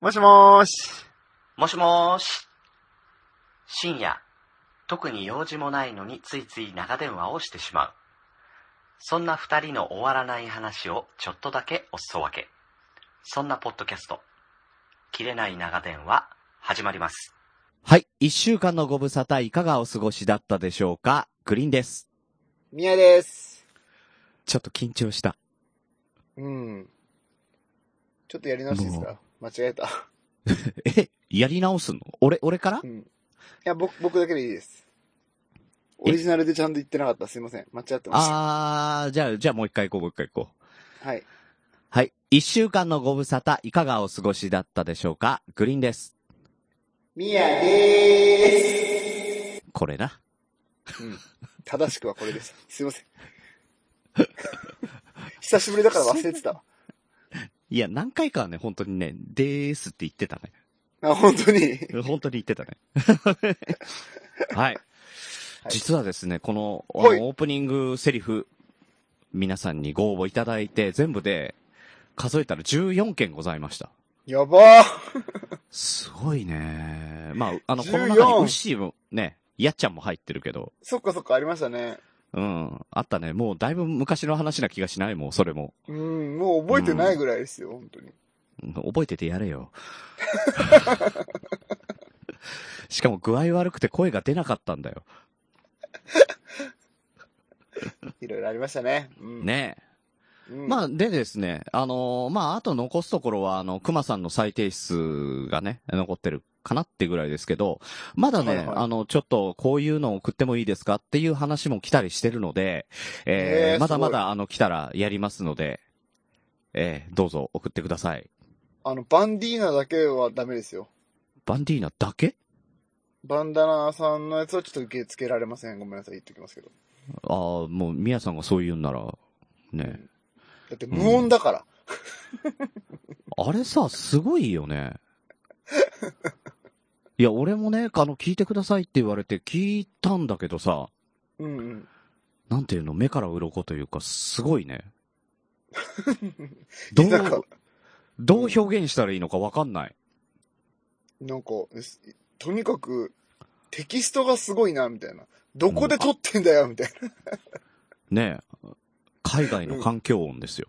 もしもーし。もしもーし。深夜、特に用事もないのについつい長電話をしてしまう。そんな二人の終わらない話をちょっとだけおすそ分け。そんなポッドキャスト、切れない長電話、始まります。はい。一週間のご無沙汰いかがお過ごしだったでしょうかグリーンです。宮です。ちょっと緊張した。うん。ちょっとやり直していいですか間違えた。 えやり直すの俺、俺からうん。いや、僕、僕だけでいいです。オリジナルでちゃんと言ってなかった。すいません。間違ってましあー、じゃあ、じゃあもう一回行こう、もう一回行こう。た。はい。はい。一週間のご無沙汰いかがお過ごしだったでしょうかグリーンです。宮でこれな。ーす。うん。正しくはこれです。すいません。 久しぶりだから忘れて たわ。いや、何回かはね、本当にね、でーすって言ってたね。あ、本当に。 本当に言ってた ね。はい。実はですね、この、あはいのオープニングセリフ、皆さんにご応募いただいて、全部で数えたら14件ございました。やばー。すごいね。まあ、あの、 14この中にウッシーもね、やっちゃんも入ってるけど、そっかそっか、ありましたね。うん、あったね。もうだいぶ昔の話な気がしないもん、それも。うん、もう覚えてないぐらいですよ、本当に。うん覚えててやれよ。 しかも具合悪くて声が出なかったんだよ。いろいろありましたね。うん。。ねえ。うん、まあ、あ、でですね、あのーまあ、あと残すところは、あの、熊さんの再提出がね、残ってるかなってぐらいですけど、まだね、はいはいあの、ちょっと、こういうのを送ってもいいですかっていう話も来たりしてるので、えーえーまだますだ、あの、来たらやりますので、えーどうぞ送ってください。あの、バンディーナだけはダメですよ。バンディーナだけバンダナさんのやつはちょっと受け付けられません。ごめんなさい、言っときますけど。ああ、もう、ミヤさんがそう言うんなら、ね。だって無音だから。あれさ、すごいよね。いや、俺もね、あの、聞いてくださいって言われて聞いたんだけどさ、うんうん。なんていうの、目から鱗というか、すごいね。どなんかう、どう表現したらいいのかわかんない。なんか、すとにかく、テキストがすごいな、みたいな。どこで撮ってんだよ、みたいねえ。海外の環境音ですよ。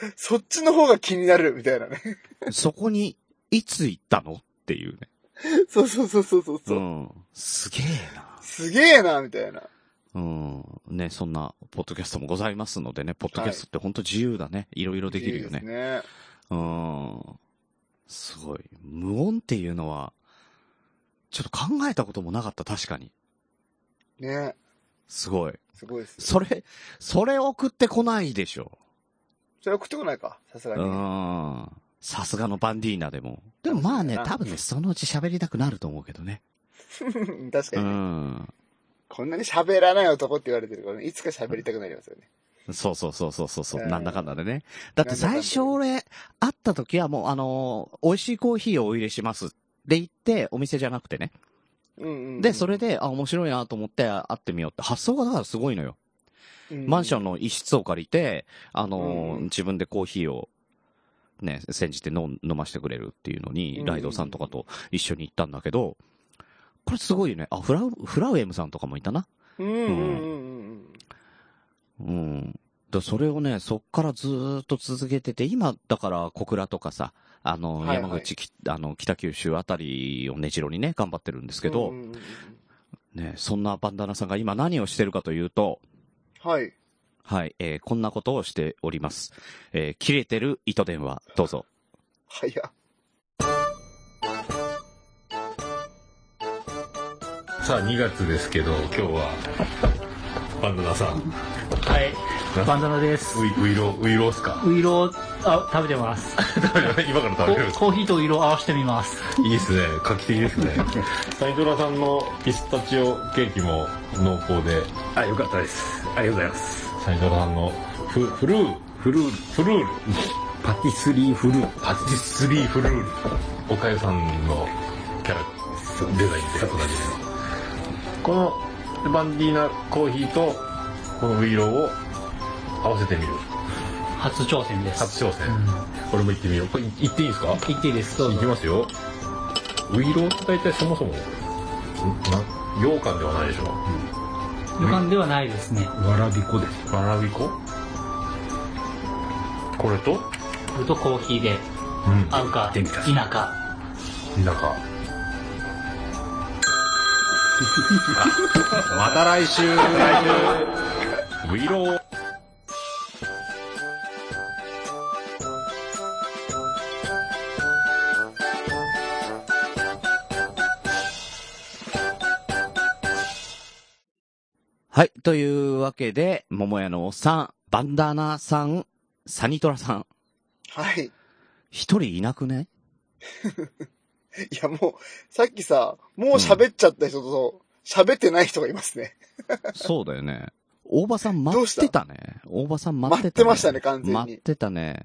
な。そっちの方が気になる、みた いなね。そこに、いつ行ったのっていうね。そうそうそうそうそううそう。ん。すげえな。すげえな、みたいな。うん。ねそんな、ポッドキャストもございますのでね、ポッドキャストって本当自由だね。いろいろできるよいね。いですね。うん。すごい。無音っていうのは、ちょっと考えたこともなかった、確かに。ねすごい。すごいです。それ、それ送ってこないでしょ。それ送ってこないか、さすがうに。あん。さすがのバンディーナでも。でもまあね、多分ね、そのうち喋りたくなると思うけどね。確かうにね、ん。こんなに喋らない男って言われてるからね、いつか喋りたくなりますよね。そうそうそうそうそうそう、うんなんだかんだでね。だって最初なんだかん俺、会った時はもうあのー美味しいコーヒーをお入れします。で言って、お店じゃなくてね。うんうん、で、それ、で、あ、面白いなと思って会ってみようって発想がだからすごいのよ。マンションン。の一室を借りて、あのー、うん自分でコーヒーを、ね、煎じて飲ん飲ましてくれるっていうのに、うんライドさんとかと一緒に行ったんだけど、これすごいよね。あ、フラウ、フラウエムさんとかもいたな。うんうんうんうんうん。うん。だそれをね、そっからずーっと続けてて、今、だから、小倉とかさ、あの、はいはい山口、きあの、北九州あたりをねじろにね、頑張ってるんですけど、うんうんうんうんね、そんなバンダナさんが今何をしてるかというと、はい。はい、えーこんなことをしております。えー切れてる糸電話、どうぞ。早っ。さあ2月ですけど今日はバンドナさんはいな。バンダナです。ウイウイロウイロースか ウイロー、あ、食べてます。今から食コべるんですかコーヒーとウイロー合わせてみます。いいですね画期的ですね斉藤さんのピスタチオケーキも濃厚であ、よかったです。ありがとうございます。斉藤さんのフフルーフルール、フルールパティスリーフルール。パティスリーフルールおかゆさんのキャラデザインで同じですこのバンディーナコーヒーとこのウイローを合わせてみる初挑戦です。初挑戦、うんこれも行ってみよう。これい行っていいですかいっていいです。どう行きぞ。ますよ。ウイローって大体そもそも、んな羊羹ではないでしょ旅館ではないですね。わらびこです。わらび粉これと僕とコーヒーでうん。合うか、電気だ否か。田舎。また 来週ウイローはい。というわけで、桃屋のおっさん、バンダナさん、サニトラさん、はい。い一人いなくねや、もう、さっきさ、もう喋っちゃった人と、喋ってない人がいますね。そうだよね。大場さん待どっうしてたね。大場さん待ってた、待ってましたね完全に待ってたね。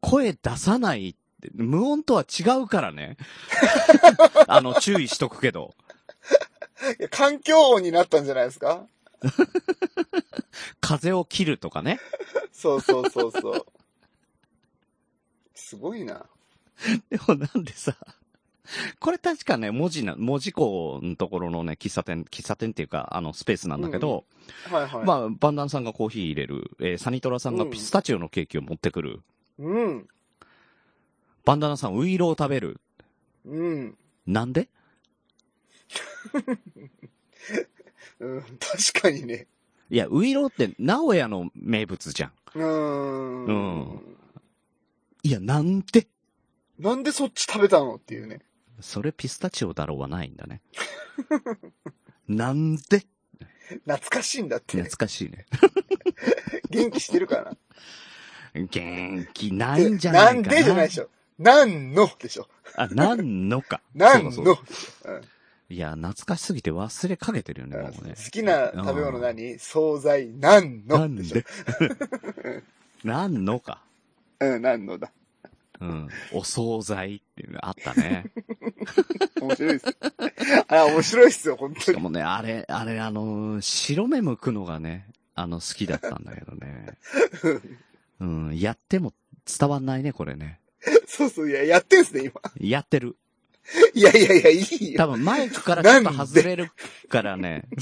声出さないって、無音とは違うから ね。あの、注意しとくけど。いや環境音になったんじゃないですか風を切るとかね。そうそうそうそう。 すごいな。 でもなんでさ、これ確かね、文字な、文字工のところのね、喫茶店、喫茶店っていうか、あの、スペースなんだけど、はいはい。まあ、バンダンさんがコーヒー入れる、えーサニトラさんがピスタチオのケーキを持ってくる、うん。バンダナさんウイロー食べる。うん。なんでうん。確かにね。いや、ウイローって名古屋の名物じゃん。うーん。うんいや、なんでなんでそっち食べたのっていうね。それピスタチオだろうはないんだ ね。なんで懐かしいんだって懐。かしいね。元気してるかな。元気なでいんじゃないかな。んでじゃないでしょ。なんのでしょ。あ、なんのか。なんそうだのそうだいや、懐かしすぎて忘れかけてるよね、うんもうね。好きな食べ物何惣菜なんなのんでしょ でなんのか。うん、なんのだ。うん。お惣菜っていうのあった ね。面白いです。あ、面白いっすよ、本当しかに。もね、あれ、あれ、あのー白目むくのがね、あの、好きだったんだけど ね。うん、やっても伝わんないね、これね。そうそう、いや、やってんすね、今。 やってる。いやいやいや、いいよ。多分マイクからちょっと外れるからね。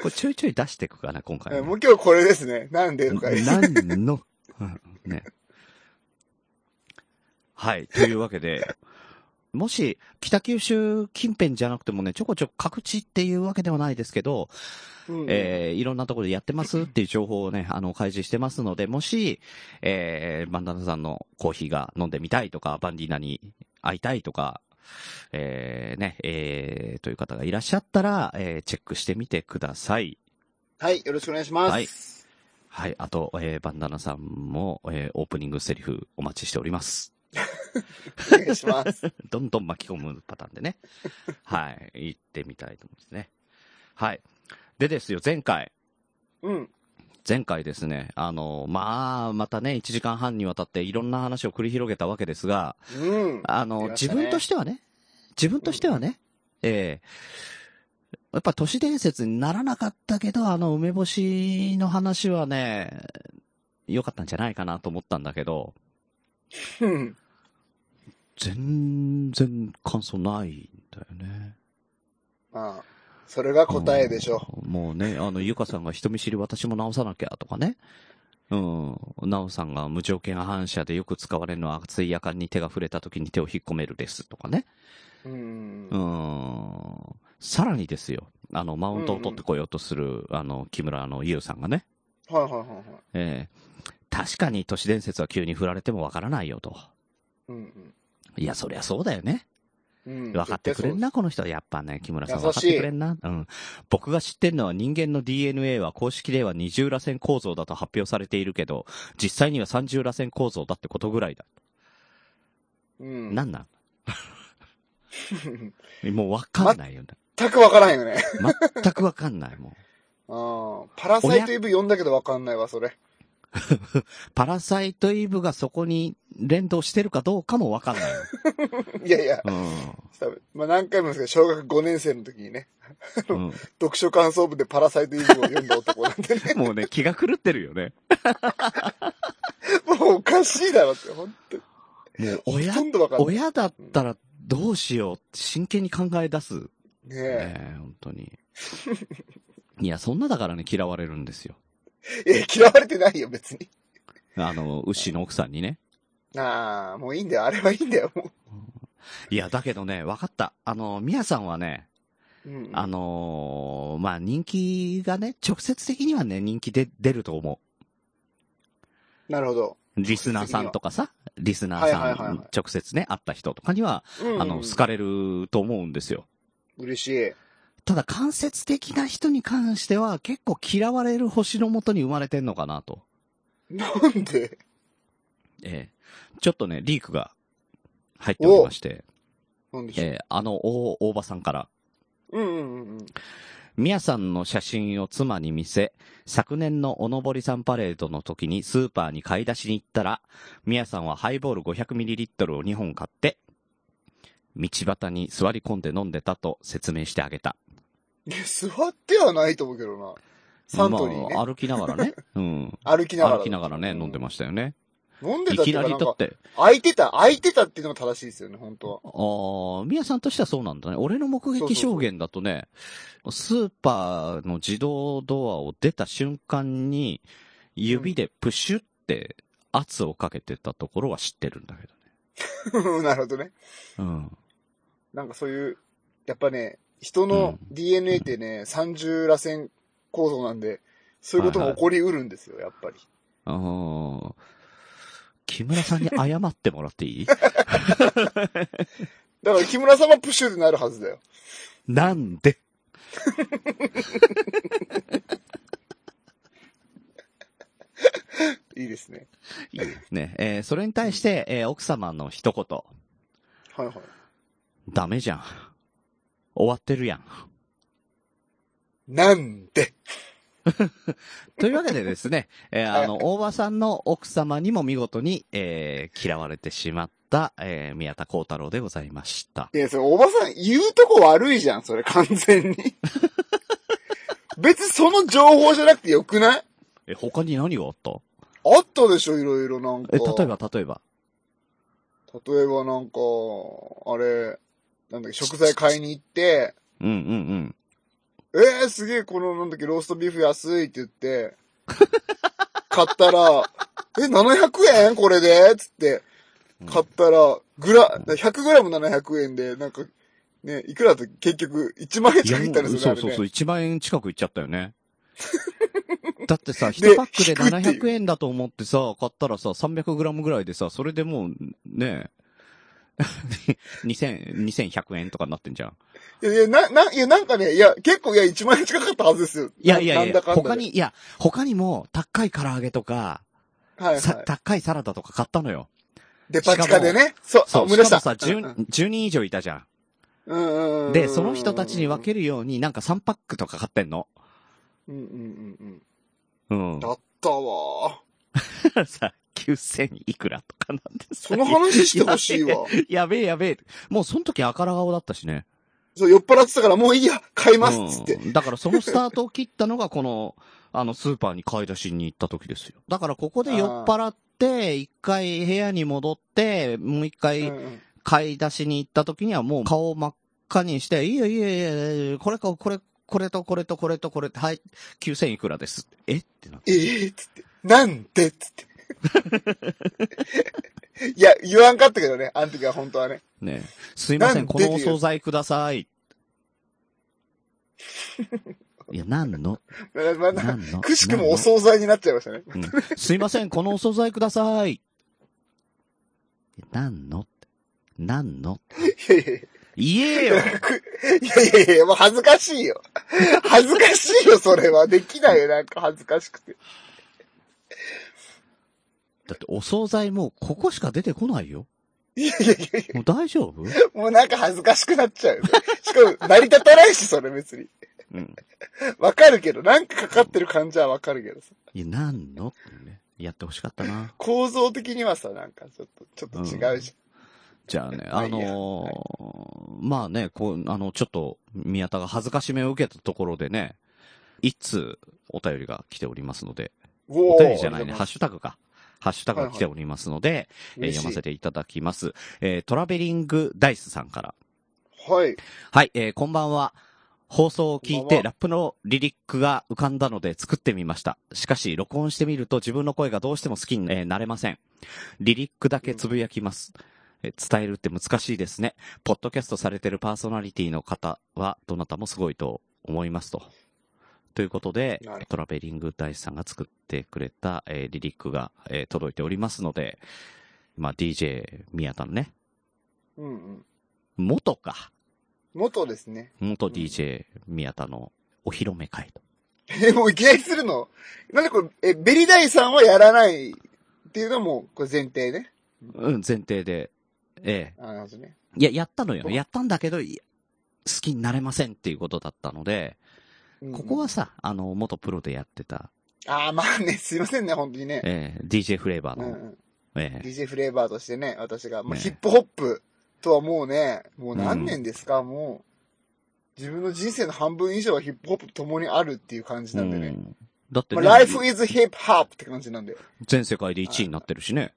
これちょいちょい出していくかな、今回、 うんもねう。今日これですね。なんでとか言う何の、 うんね。はい、というわけで、もし、北九州近辺じゃなくてもね、ちょこちょこ各地っていうわけではないですけど、うんえー、いろんなところでやってますっていう情報をね、あの、開示してますので、もし、えー、バンダナさんのコーヒーが飲んでみたいとか、バンディーナに会いたいとか、えー、ね、えー、という方がいらっしゃったら、えー、チェックしてみてください。はい、よろしくお願いします。はいはい。あと、えー、バンダナさんも、えー、オープニングセリフお待ちしております。お願いし ます。どんどん巻き込むパターンで ね。はい。行ってみたいと思いますね。はい。でですよ、前回。うん。前回ですね、あの、まあ、またね、1時間半にわたっていろんな話を繰り広げたわけですが、うん。あやの、りまし自たね分としてはね、自分としてはね、ええやっぱ都市伝説にならなかったけど、あの、梅干しの話はね、良かったんじゃないかなと思ったんだけど、うん。全然感想ないんだよね。まあ、それが答えでしょうん。もうね、あの、ゆかさんが人見知り私も直さなきゃとかね。うん。なおさんが無条件反射でよく使われるのは熱い夜間に手が触れた時に手を引っ込めるですとかね。う。うんう。ん。さらにですよ。あの、マウントを取ってこようとする、あの、木村のゆうさんがね。はいはいはいはい。ええ確かに都市伝説は急に振られてもわからないよと。うんいや、そりゃそうだよね。うん。うん。分かってくれんな、この人は。やっぱね、木村さん分優かっしいてくれんな。うん。僕が知ってんのは人間の DNA は公式では二重螺旋構造だと発表されているけど、実際には三重螺旋構造だってことぐらいだ。絶対そう。うん。なんなんもう分かんないよね。全くわからんよね。全く分かんない、もう。ああ。パラサイトイブ読んだけどわかんないわ、それ。パラサイトイブがそこに連動してるかどうかもわかんない。 いやいや、う多分まあ何回もですけど、小学5年生の時にね、ん。うん読書感想文でパラサイトイブを読んだ男なんで ね、もうね、気が狂ってるよね。もうおかしいだろって、本当に。もうほ親と、んどわかんない。ね親だったらどうしようって真剣に考え出す。ねえ。え、本当 に。いや、そんなだからね、嫌われるんですよ。いや、嫌われてないよ、別に。あの、牛の奥さんにね。ああ、もういいんだよ、あれはいいんだよ、もいや、だけどね、わかった。あの、ミヤさんはね、う。うん。あのーまあ、人気がね、直接的にはね、人気で出ると思なるほど。う。リスナーさんとかさ、リスナーはいさはいはいはんい、直接ね、会った人とかには、うんあの、好かれると思うんですよ。嬉しい。ただ、間接的な人に関しては、結構嫌われる星のもとに生まれてんのかなと。なんでええちょっとね、リークが入っておりまして、なんでしょう。ええあの、大、大場さんから。うんうんうんうん。ミヤさんの写真を妻に見せ、昨年のおのぼりさんパレードの時にスーパーに買い出しに行ったら、ミヤさんはハイボール 500ml を2本買って、道端に座り込んで飲んでたと説明してあげた。いや座ってはないと思うけどな。サントリーね。まあ歩きながらね。 うん。歩きながら。歩きながらね、飲んでましたよね。す。飲んでいたってきいうなかりなんだかっ、て、空いてた、空いてたっていうのが正しいですよね、本当は。あ あ、ミヤさんとしてはそうなんだね。俺の目そうそ撃うそう証言だとね、スーパーの自動ドアを出た瞬間に、指でプシュって圧をかけてたところは知ってるんだけなるほどね。どね。なんかそういう、やっぱね、人の DNA ってね、三重螺旋構造なんで、そういうことが起こりうるんですよ、やっぱり。うん。ああ。木村さんに謝ってもらっていいだから木村さんはプッシュでなるはずだよ。なんでいいですね。ね、えーそれに対して、えー奥様の一言。はいはい。ダメじゃん。終わってるやん。なんで というわけでですね、えーはいあの、大場さんの奥様にも見事に、えー嫌われてしまった、えー宮田幸太郎でございました。いや、それ、おばさん、言うとこ悪いじゃん、それ、完 全に。別にその情報じゃなくてよくないえ、他に何があったあったでしょ、いろいろなんか。え、例え。ば、例えば。例えばなんか、あれ、なんだっけ、食材買いに行って、うん うんえー、すげえ、この、なんだっけ、ローストビーフ安いって言って、買ったら、え、700円これでつって、買ったら、グラ、100グラム700円で、なんか、ね、いくらだと結局、1万円うん。近くいったんですそようね、そうあれそう、ね。 1万円近くいっちゃったよ ね。だってさ、で1パックで低いっていう700円だと思ってさ、買ったらさ、300g ぐらいでさ、それでもう、ね え、2000、2100円とかになってんじゃん。いやいや、な、な、いや、なんかね、いや、結構、いや、1万円近かったはずですよ。いやいやないんやだ、かんだで他に、いや、他にも、高い唐揚げとか、はい、はさ、い。高いサラダとか買ったのよ。デパ地下でね。そう、あそう、思しい出しかた。もさ、10, 10人以上いたじゃうんうんうんん。うん。で、その人たちに分ける。るように、なんか3パックとか買ってんの。うんうんうんうんうん。だ。ったわだからさ、9000いくらとかなんですその話してほしいわ。 やべえやべえ。もうその時あから顔だったしね。そう、酔っ払ってたからもういいや、買いますっつって。うん。だからそのスタートを切ったのが、この、あの、スーパーに買い出しに行った時ですよ。だからここで酔っ払って、一回部屋に戻って、もう一う回、んうん買い出しに行った時にはもう顔を真っ赤にして、いいよいいよいいよいいよ、これか、これ、これとこれとこれとこれ、はい、9000いくらです。えってなって。ええっつって。なんでっつって。 いや、言わんかったけどね、あの時は本当はね。ねえすいませ、なんんでこのお惣菜ください。いや、なんのまなあなんんのかくしくもなおんの惣菜になっちゃいましたね。うんすいません、このお惣菜ください。いやなんのなんのいやいやい言えよや、いやいやいや、もう恥ずかしいよ。恥ずかしいよ、それは。できないよ、なんか恥ずかしくて。だってお惣菜もうここしか出てこないよ。いやいやいやいもう大丈夫や、もうなんか恥ずかしくなっちゃうよね。しかも、成り立たないし、それ別に。うん。わかるけど、なんかかかってる感じはわかるけどさ。いや、なんのってね。やってほしかったな。構造的にはさ、なんかちょっと、ちょっと違うじ じゃあね、まああいいやのーまあね、こう、あの、ちょっと、宮田が恥ずかしめを受けたところでね、一通お便りが来ておりますので、ゃん。おお便りじゃないね、ハッーシュタグか。ハッシュタグが来ておりますので、えー嬉しい読ませていただきます。えートラベリングダイスさんから。はい。はい、えーこんばんは。放送を聞いこんばんてはラップのリリックが浮かんだので作ってみました。しかし、録音してみると自分の声がどうしても好きにえーなれません。リリックだけつぶやきます。えー伝えるって難しいですね。ポッドキャストされてるパーソナリティの方は、どなたもすごいと思いますと。ということでなるほど、トラベリング大師さんが作ってくれた、えーリリックが、えー届いておりますので、まあ、DJ 宮田のね、うんうん。元か。元ですね。 元 DJ 宮田のお披露目会と。え、もういきなりするのなんでこれ、え、ベリダイさんはやらないっていうのも、これ前提ね。うん、前提で。ええ。あなるほどね。いや、やったのよ。そうやったんだけど、い好きになれませんっていうことだったので、うんうんここはさ、あの、元プロでやってた、ああ、まあね、すいませんね、本当にね。ええ、DJ フレーバーうんうの、ん。ええ、 DJ フレーバーとしてね、私が、まあ、ねヒップホップとはもうね、もう何年ですか、もう、自分の人生の半分以上はヒップホップと共にあるっていう感じなんでうね。んだってまね、あ、ライフ is hip hop って感じなんで。全世界で1位になってるしね。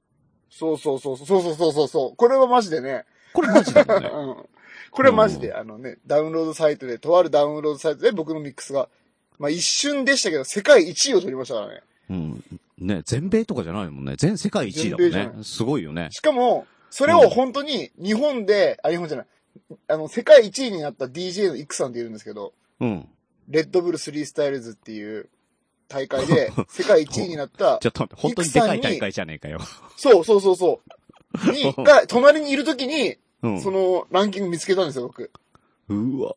そうそうそうそう、そうそうそうそうそう。これはマジでね、これマジだようね。ん。これはマジうで、あのね、ダウンロードサイトで、とあるダウンロードサイトで僕のミックスが、まあ一瞬でしたけど、世界一位を取りましたからね。うん。ね、全米とかじゃないもんね。全世界1位だも全米じゃんなね。すごいよね。しかも、それを本当に日本で、あ、日本じゃない、あの、世界一位になった DJ のイクさんっているんですけど、うん。レッドブル3スタイルズっていう大 会で世界1位になったち、ょっと待って、本当にでかい大会じゃねえかよ。そうそうそうそう、に、が隣にいるときに、うん。そのランキング見つけたんですよ、僕。うわ。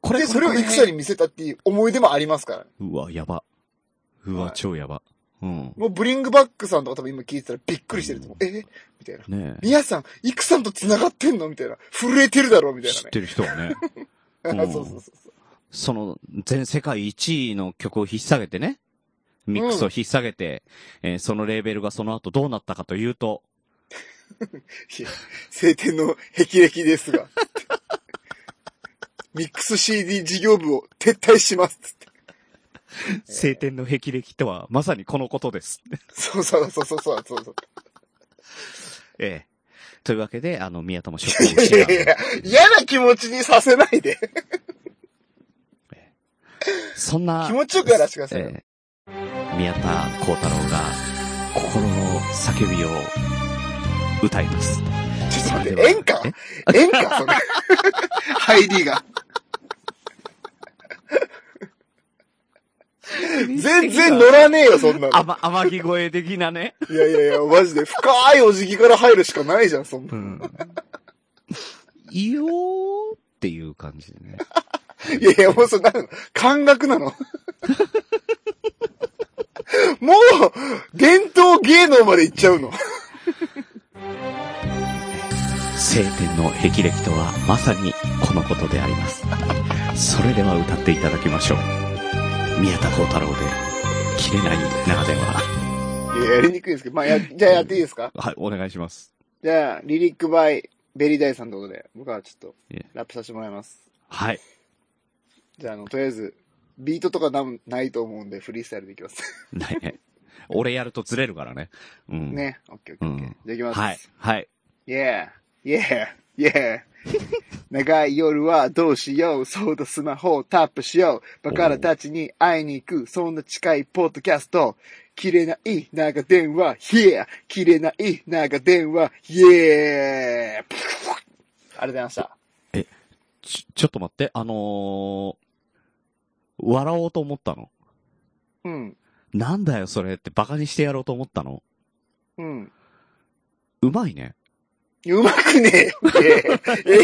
こで、それをこイクサに見せたっていう思い出もありますから。うわ、やば。うわ、はい超やば。うん。もうブリングバックさんとか多分今聞いてたらびっくりしてると思う。えみたいな。ねえ。皆さん、イクさんと繋がってんのみたいな。震えてるだろみたい知ってる人はね、てなね。うんそうそうそうそう。 その、全世界1位の曲を引っ提げてね、ミックスを引っ提げて、えーそのレーベルがその後どうなったかというと、いや、晴天の霹靂です が。ミックス CD 事業部を撤退します。つって晴天の霹靂とは、まさにこのことです。そうそうそうそうそうそうそう。ええ。というわけで、あの、宮田も職いをやい失やうい。やいや、嫌な気持ちにさせないで。そんな、気持ちよくやらせてくださいよ。ええ宮田幸太郎が、心の叫びを、歌います。ちょっと待っそれでて、は演歌演歌それ。入りが。全然乗らねえよ、そんなの。あま、天城越え的なね。いやいやいや、マジで深いお辞儀から入るしかないじゃん、そんな。うん。いいよーっていう感じでね。いやいや、もうそれなの感覚なの。 もう、伝統芸能まで行っちゃうの。晴天の霹靂とはまさにこのことであります。それでは歌っていただきましょう。宮田幸太郎で、切れない長電話。いや、やりにくいですけど。まあ、や、じゃあやっていいですかはい、お願いします。じゃあ、リリックバイ、ベリーダイさんってことで、僕はちょっいとえ、ラップさせてもらいます。はい。じゃあ、あの、とりあえず、ビートとかなんないと思うんで、フリースタイルでいきます。ないね。俺やるとずれるからね。うん。。ね。オッケーオッケうーオッケーん。。じゃあいきます。はい。。はい。 Yeah, yeah, yeah. 長い夜はどうしよう。そうだ、スマホをタップしよう。バカラたちに会いに行く。そんな近いポッドキャスト。切れない長電話、yeah! 切れない長電話、yeah! プフフありがとうございました。ち、ちょっと待って、あのー、笑おうと思ったの。うん、なんだよそれってバカにしてやろうと思ったの。うん。うまいね。うまくねえよ。えーえー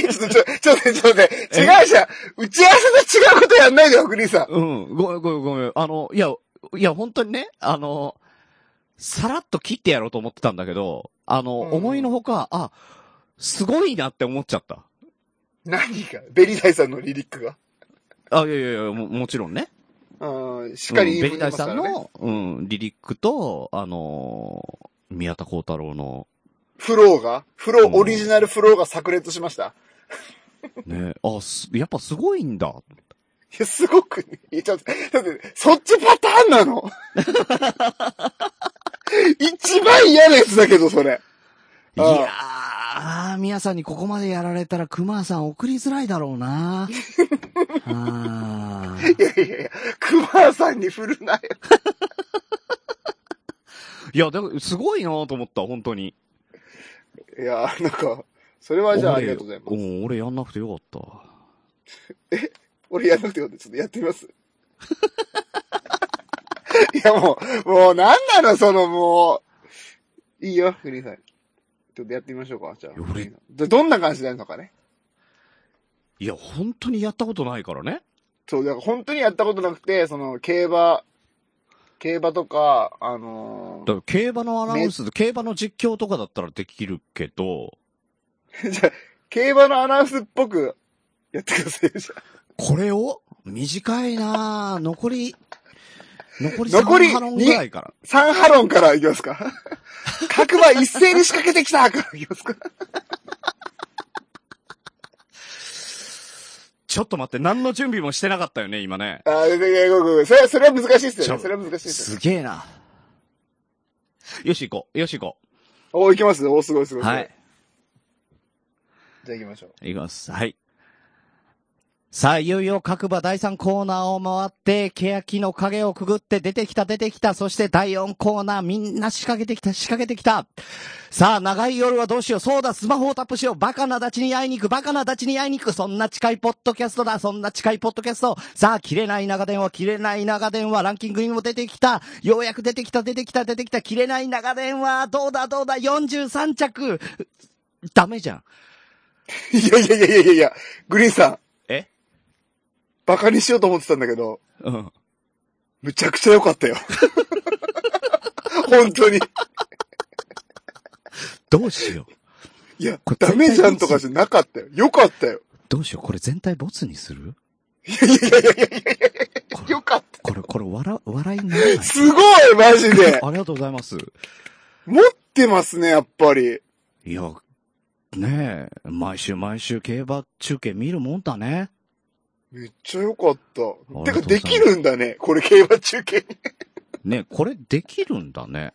ちょっと、ちょ、ちょっと、ちょっと待って、違うじゃん。打ち合わせと違うことやんないでよ、グリーンさん。うん、ごめんごめんごめん。あの、いや、いや、本当にね、あの、さらっと切ってやろうと思ってたんだけど、あの、うん思いのほか、あ、すごいなって思っちゃった。何がベリーダイさんのリリックが。あ、いやいやいや、ももちろんね。うん、しっかりいうんい分ベリにダまイすさからんね。の、うん、リリックと、あのー宮田幸太郎の、フローが、フロー、オリジナルフローが炸裂しました。ね、あ、すやっぱすごいんだ。いや、すごくね、いやちょっと、だって、そっちパターンな の一番嫌なやつだけど、それ。いああやー、宮さんにここまでやられたら、熊さん送りづらいだろう な。あーいやいやいや、クマさんに振るなよ。 いや、でも、すごいなと思った、本当に。いや、なんか、それはじゃあありがとうございます。俺うん、俺やんなくてよかった。俺やらなくてよかったちょっとやってみます。いや、もう、もう、なんなの、その、もう。いいよ、グリーンさん。ちょっとやってみましょうか、じゃあ。よりグリーンさんどんな感じになるのかね。いや、本当にやったことないからね。そう、だから本当にやったことなくて、その、競馬、競馬とか、あのだから競馬のアナウンス、競馬の実況とかだったらできるけど、ーじゃあ競馬のアナウンスっぽく、やってくださいよ、じゃあこれを短い なぁ、残り、残り残り3ハロンぐらいから。サンハロンからいきますか。 各馬一斉に仕掛けてきたからいきますか。ちょっと待って、何の準備もしてなかったよね、今ね。あー、いやいやごめんごめんそれは、それは難しいっすちよょね。それは難しいっすよね。すげえな。よし、行こう。よし、行こおー、いきますおー、すごいすごう。い。すごはい。。じゃあ行きましょう。いきます。はい。さあ、いよいよ各馬第3コーナーを回って、欅の影をくぐって出てきた出てきた。そして第4コーナーみんな仕掛けてきた仕掛けてきた。さあ、長い夜はどうしよう。そうだ、スマホをタップしよう。バカな立ちに会いに行く。バカな立ちに会いに行く。そんな近いポッドキャストだ。そんな近いポッドキャスト。さあ、切れない長電話、切れない長電話。ランキングにも出てきた。ようやく出てきた、出てきた、出てきた。切れない長電話。どうだ、どうだ、43着。ダメじゃん。 いやいやいやいやいや、グリーンさん、えバカにしようと思ってたんだけど、うん。むちゃくちゃ良かったよ。 本当に。どうしよう。いやこれ、ダメじゃんとかじゃなかったよ。よかったよ。どうしよう。これ全体ボツにするこれよ、かった。これ、これ笑、笑いにならない。すごいマジでありがとうございます。 持ってますね、やっぱり。いや、ねえ、毎週毎週競馬中継見るもんだね。めっちゃ良かった。ありてがとうございまか、すできるんだね。これ、競馬中継に。ねえ、これできるんだ ね。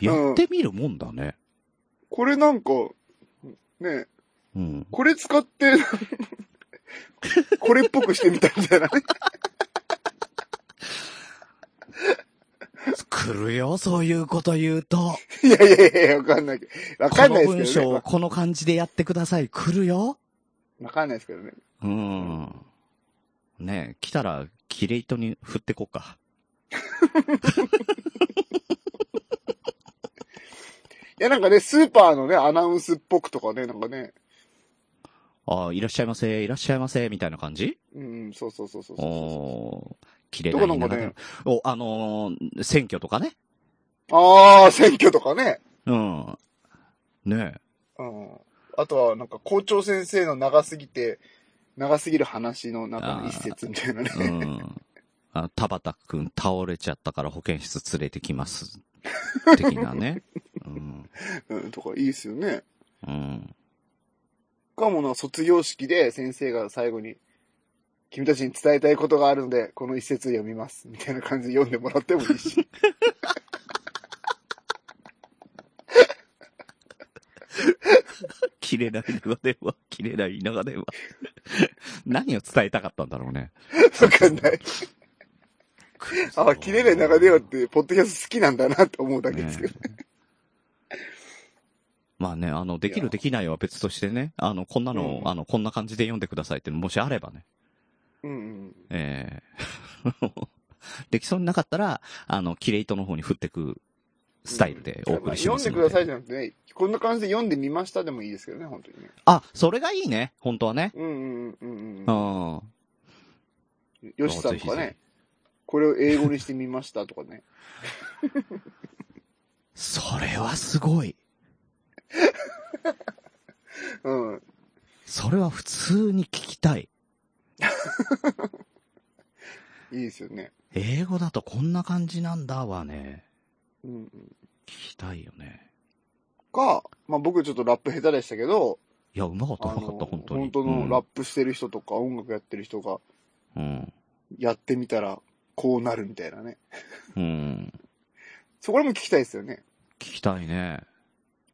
うやんってみるもんだね。これなんか、ね、うん。これ使って、 これっぽくしてみたみたいな ね。来るよ、そういうこと言うと。いやいやいやいや、わかんないけど。わかんないこので文すけ章どをね。この感じでやってください。来るよ。わかんないですけどね。うん。ねえ、来たら、キレイトに振ってこっか。いや、なんかね、スーパーのね、アナウンスっぽくとかね、なんかね、ああ、いらっしゃいませ、いらっしゃいませ、みたいな感じうん、そうそうそうそうそおー、綺麗どなこなんかね田舎だお、あのー選挙とかね。う。あー、選挙とかね。うん。ねえ。うん。あとは、なんか、校長先生の長すぎて、長すぎる話の中の一節みたいなね。 うん。あ田畑くん倒れちゃったから保健室連れてきます。的なね。うん。うん、とか、いいですよね。うん。かもな、卒業式で先生が最後に、君たちに伝えたいことがあるので、この一節読みます。みたいな感じで読んでもらってもい いし。切れない長電話、切れない長電話。 何を伝えたかったんだろうね。わかんない。あ、切れない中ではって、ポッドキャスト好きなんだなって思うだけですけど。ね まあね、あの、できいやるできないは別としてね、あの、こんなの、うんあの、こんな感じで読んでくださいって、もしあればね、うんうん。ええ できそうになかったら、あの、キレイトの方に振ってくスタイルでお送りします読んのでで。くださいじゃなくてね、こんな感じで読んでみましたでもいいですけどね、本当にね。あ、それがいいね、本当はね。うんうんうんううんうんん。うん。よしさんとかぜひぜね、これを英語にしてみましたとかね。それはすごい。うん。それは普通に聞きたい。いいですよね。英語だとこんな感じなんだわね。うんうん。聞きたいよね。か、まあ僕ちょっとラップ下手でしたけど、いや、うまかった、あうまかった、本当に。本当のラップしてる人とか、音楽やってる人がプ。うん。やってみたら、こうなるみたいなね。うん。そこらも聞きたいですよね。聞きたいね。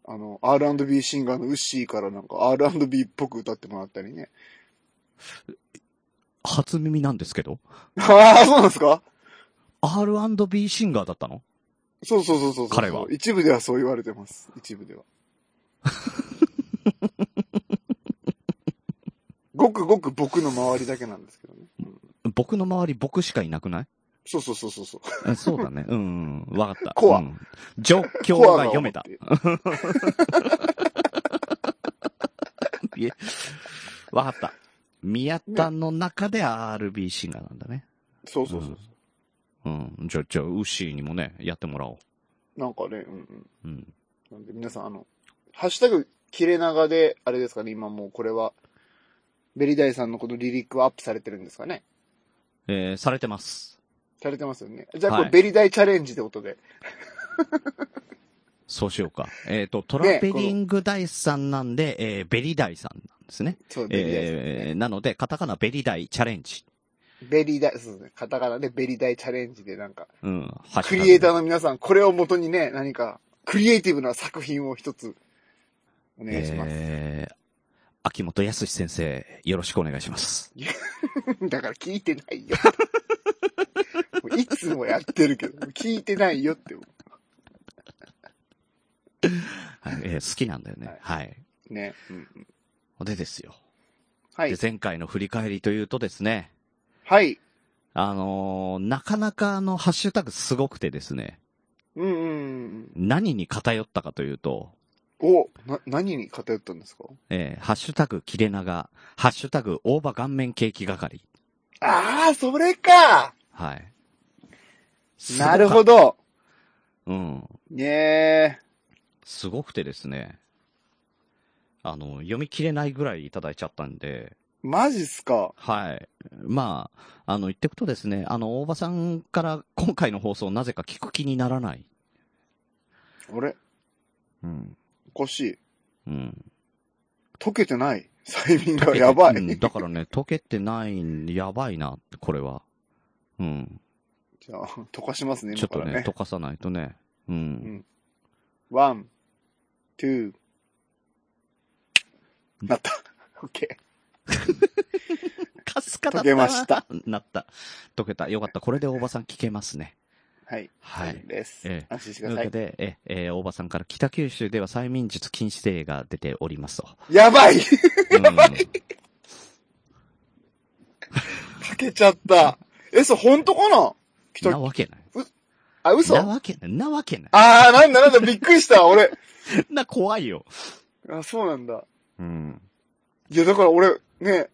あの、R&B シンガーのウッシーからなんか R&B っぽく歌ってもらったりね。 初耳なんですけど。ああ、そうなんですか R&B シンガーだったのそうそうそうそうそう。彼は一部ではそう言われてます。一部で は。ごくごく僕の周りだけなんですけどね。うん僕の周り僕しかいなくないそうそうそうそうそう。あ そうだね。うん、うん。わかった。コアうん状況コアがが読めた。いえわかった。宮田の中で RB シンガーなんだね。そうそうそう。うん。じゃあ、じゃあ、ウッシーにもね、やってもらおう。なんかね、うんうん。うん。なんで皆さん、あの、ハッシュタグ、切れ長で、あれですかね、今もうこれは、ベリダイさんのこのリリックはアップされてるんですかねえー、されてます。されてますよね。じゃあこれ、はいベリダイチャレンジってことで。そうしようか。えっ、と、トラベリングダイスさんなんで、えー、ベリダイさんなんですね。そう、ベリダイさんですねえー、なので、カタカナベリダイチャレンジ。ベリーダイ、そうですね。カタカナでベリーダイチャレンジでなんか、うん。ハッシクュタグリエイターの皆さん、これを元にね、何か、クリエイティブな作品を一つ、お願いします。えー、秋元康先生、よろしくお願いします。 だから聞いてないよ。 もういつもやってるけど、聞いてないよって。はい、えー好きなんだよね。はい。ね。うんうんでですよ。はいで、。前回の振り返りというとですね、はい。あのーなかなかあの、ハッシュタグすごくてですね、うんうんうん。何に偏ったかというと、お、な、何に偏ったんですかえーハッシュタグ切れ長、ハッシュタグ大葉顔面ケーキ係。ああ、それかはい。なるほど。ど。うん。ねえ。すごくてですね、あの、読み切れないぐらいいただいちゃったんで、マジっすかはい。まあ、あの、言ってくとですね、あの、大場さんから今回の放送なぜか聞く気にならない。あれうん。おかしい。うん。溶けてない。催眠が やばい。うんだからね、溶けてないんで、やばいな、これは。うん。じゃあ、溶かしますね、ちょっ今かとらねね、。溶かさないとね。うん。ワン、ツー、な った。オッケかすかだ溶けました。 なった。溶けた。よかった。これで大場さん聞けますね。ー。はい。はい大丈夫です。え安心してといくうだわさけい。で、え、えー大場さんから北九州では催眠術禁止令が出ております と。やばいやばい、かけちゃった。え、それ本当かな来なた、わけない。あ、嘘なあわけない。なわけない。ー、なんだなんだ、びっくりした、俺。な、怖いよ。あ、そうなんだ。うん。いや、だから俺、ね、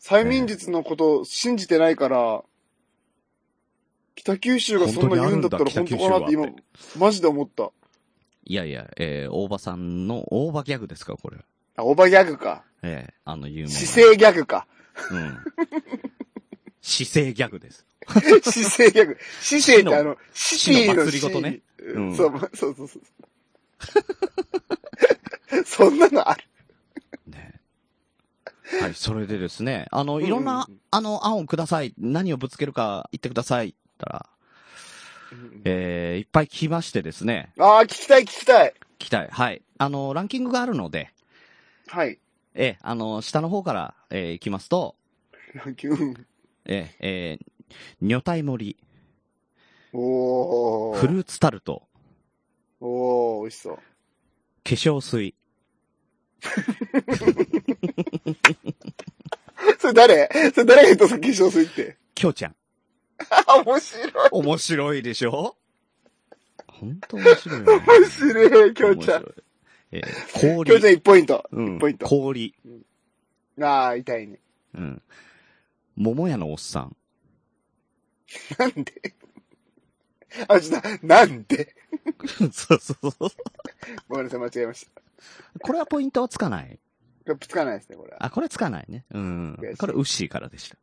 催眠術のことを信じてないから、北九州がそんな言うんだったら本本当当にあるんだかなって今北九、マジで思った。いやいや、えー、大場さんの大場ギャグですか、これ。あ、オバギャグか。ええあの有名な。姿勢ギャ グか。うん。姿勢ギャグです。姿勢ギャグ。姿勢ってあの、シテ市ィのの祭りごとね C うんそう、まそう そうそう。そんなのある。ね。はい、それでですね、あの、んうんいろんな、あの、案をください。何をぶつけるか言ってください。って言ったら、えー、いっぱい来ましてですね、ああ、聞きたい聞きたい。来たい。はい。あの、ランキングがあるので、はい。 ええあの、下の方から、えー、行きますと、ランキング。えええー、女体盛おり、ー。フルーツタルト、おー、美味しそう。化粧水、それ誰 それ誰が言ったさ、化粧水って。きょうちゃん。あ、面白い。面白いでしょ本当面白いよね、面白い、きょうちゃ面。ん白い。えー、きょう氷ちゃん。1ポイント。うん1ポイント。氷。ああ、痛いね。うん。桃屋のおっさん。なんであ、ちょっと、なんでそうそうそう。ごめんなさい、間違えましこれはポイントはつかない。これつかないですね、これは。あ、これつかないね。うん悔し。いこれ、ウッシーからでした。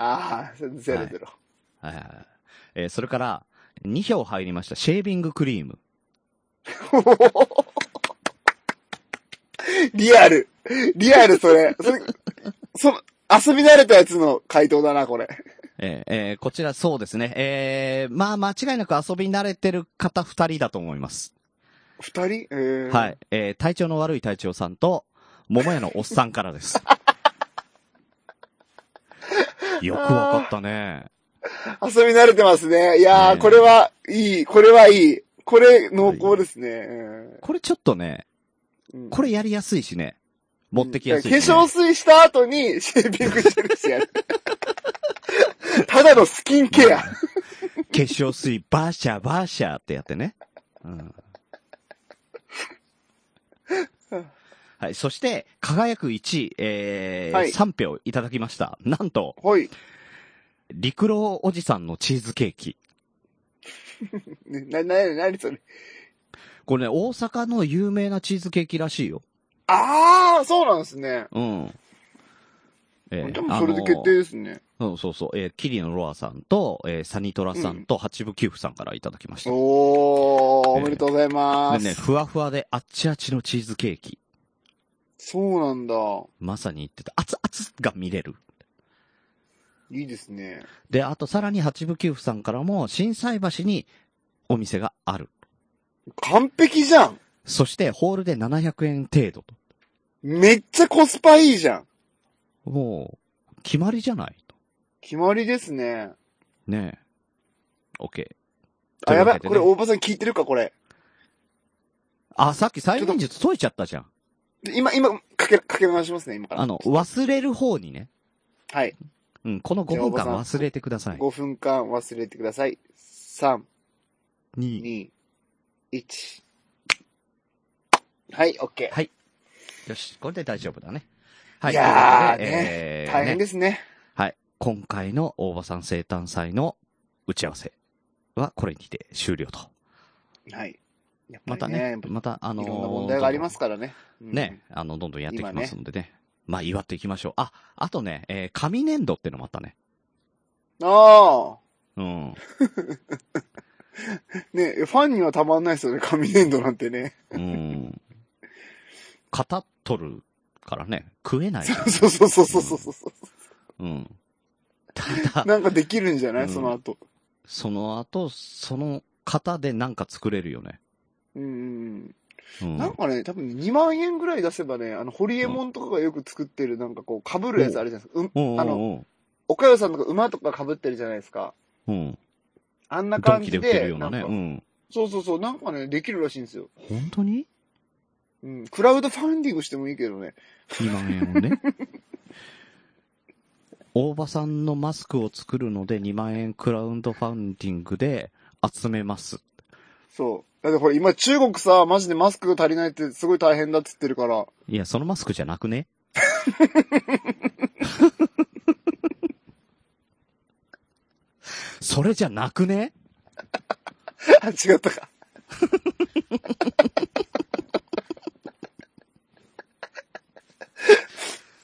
ああ、ゼロゼロ。はいはいはい。えーそれから、2票入りました、シェービングクリーム。リアル。リアル、それ。それ、その、遊び慣れたやつの回答だな、これ。えーえーこちらそうですね。えーまあ間違いなく遊び慣れてる方2人だと思います。二人えー、はい。えー体調の悪い隊長さんと、桃屋のおっさんからです。 よくわかったね。遊び慣れてますね。いやー、ねえこれは、いい。これはいい。これ、濃厚ですね。これちょっとね、うんこれやりやすいしね。持ってきやすいし、ね。化粧水した後にシェービングしてるしやる。 ただのスキンケア。化粧水バーシャーバーシャーってやってね。うん。はい。そして、輝く1位、えーはい3票いただきました。なんと、ほい。陸郎おじさんのチーズケーキ。ねな、な、なにそれ。これね、大阪の有名なチーズケーキらしいよ。あー、そうなんですね。うん。えーでもそれで決定ですね。あのうん、そうそう。えー、キリノロアさんと、えーサニトラさんと、八部九夫さんからいただきました。おー、おめでとうございま。ですね、ふわふわであっちあっちのチーズケーキ。そうなんだ。まさに言ってた。熱々が見れる。いいですね。で、あとさらに八部九夫さんからも、震災橋にお店がある。完璧じゃん。そして、ホールで700円程度と。めっちゃコスパいいじゃん。もう、決まりじゃないと。決まりですね。ねえ。OK。あ、というやばわい。けでねこれ、大場さん聞いてるか、これ。あ、さっき催眠術解いちゃったじゃん。で今、今、かけ、かけ回しますね、今から。あの、忘れる方にね。はい。うん、この5じゃあ分間おばさ忘れてください。 5分間忘れてください。3、に2、1。はい、OK。はいよし、これで大丈夫だね。はい。いやーということねえー大変ですね。はい。今回の大場さん生誕祭の打ち合わせはこれにて終了と。はい。やっぱまたりね、、ねまたあのいーろんな問題がありますからね。うんね、あの、どんどんやっていきますのでね。まあ、祝っていきましょう。あ、あとね、えー紙粘土ってのもあったね。あうん。あ。ね、ファンにはたまんないですよね、紙粘土なんてね。 うん。型取るからね、食えないから。そうそうそうそうそうそう。うん。ただ、なんかできるんじゃない、うんその後。その後、その型でなんか作れるよね。うんうんううんん。なんかね、多分2万円ぐらい出せばね、あの、ホリエモンとかがよく作ってる、なんかこう、被るやつあるじゃないですか。うん、うんうんうんあおかよさんとか馬とか被ってるじゃないですか。うん。あんなド感ンじキで売で。ってるようなね。んうかん。そうそうそう、なんかね、できるらしいんですよ。本当にうん。クラウドファンディングしてもいいけどね。 ?2 万円をね。 大場さんのマスクを作るので2万円クラウンドファンディングで集めます。そう。だってこれ今中国さ、マジでマスクが足りないってすごい大変だっつってるから。 いや、そのマスクじゃなくねそれじゃなくねあ、違ったか。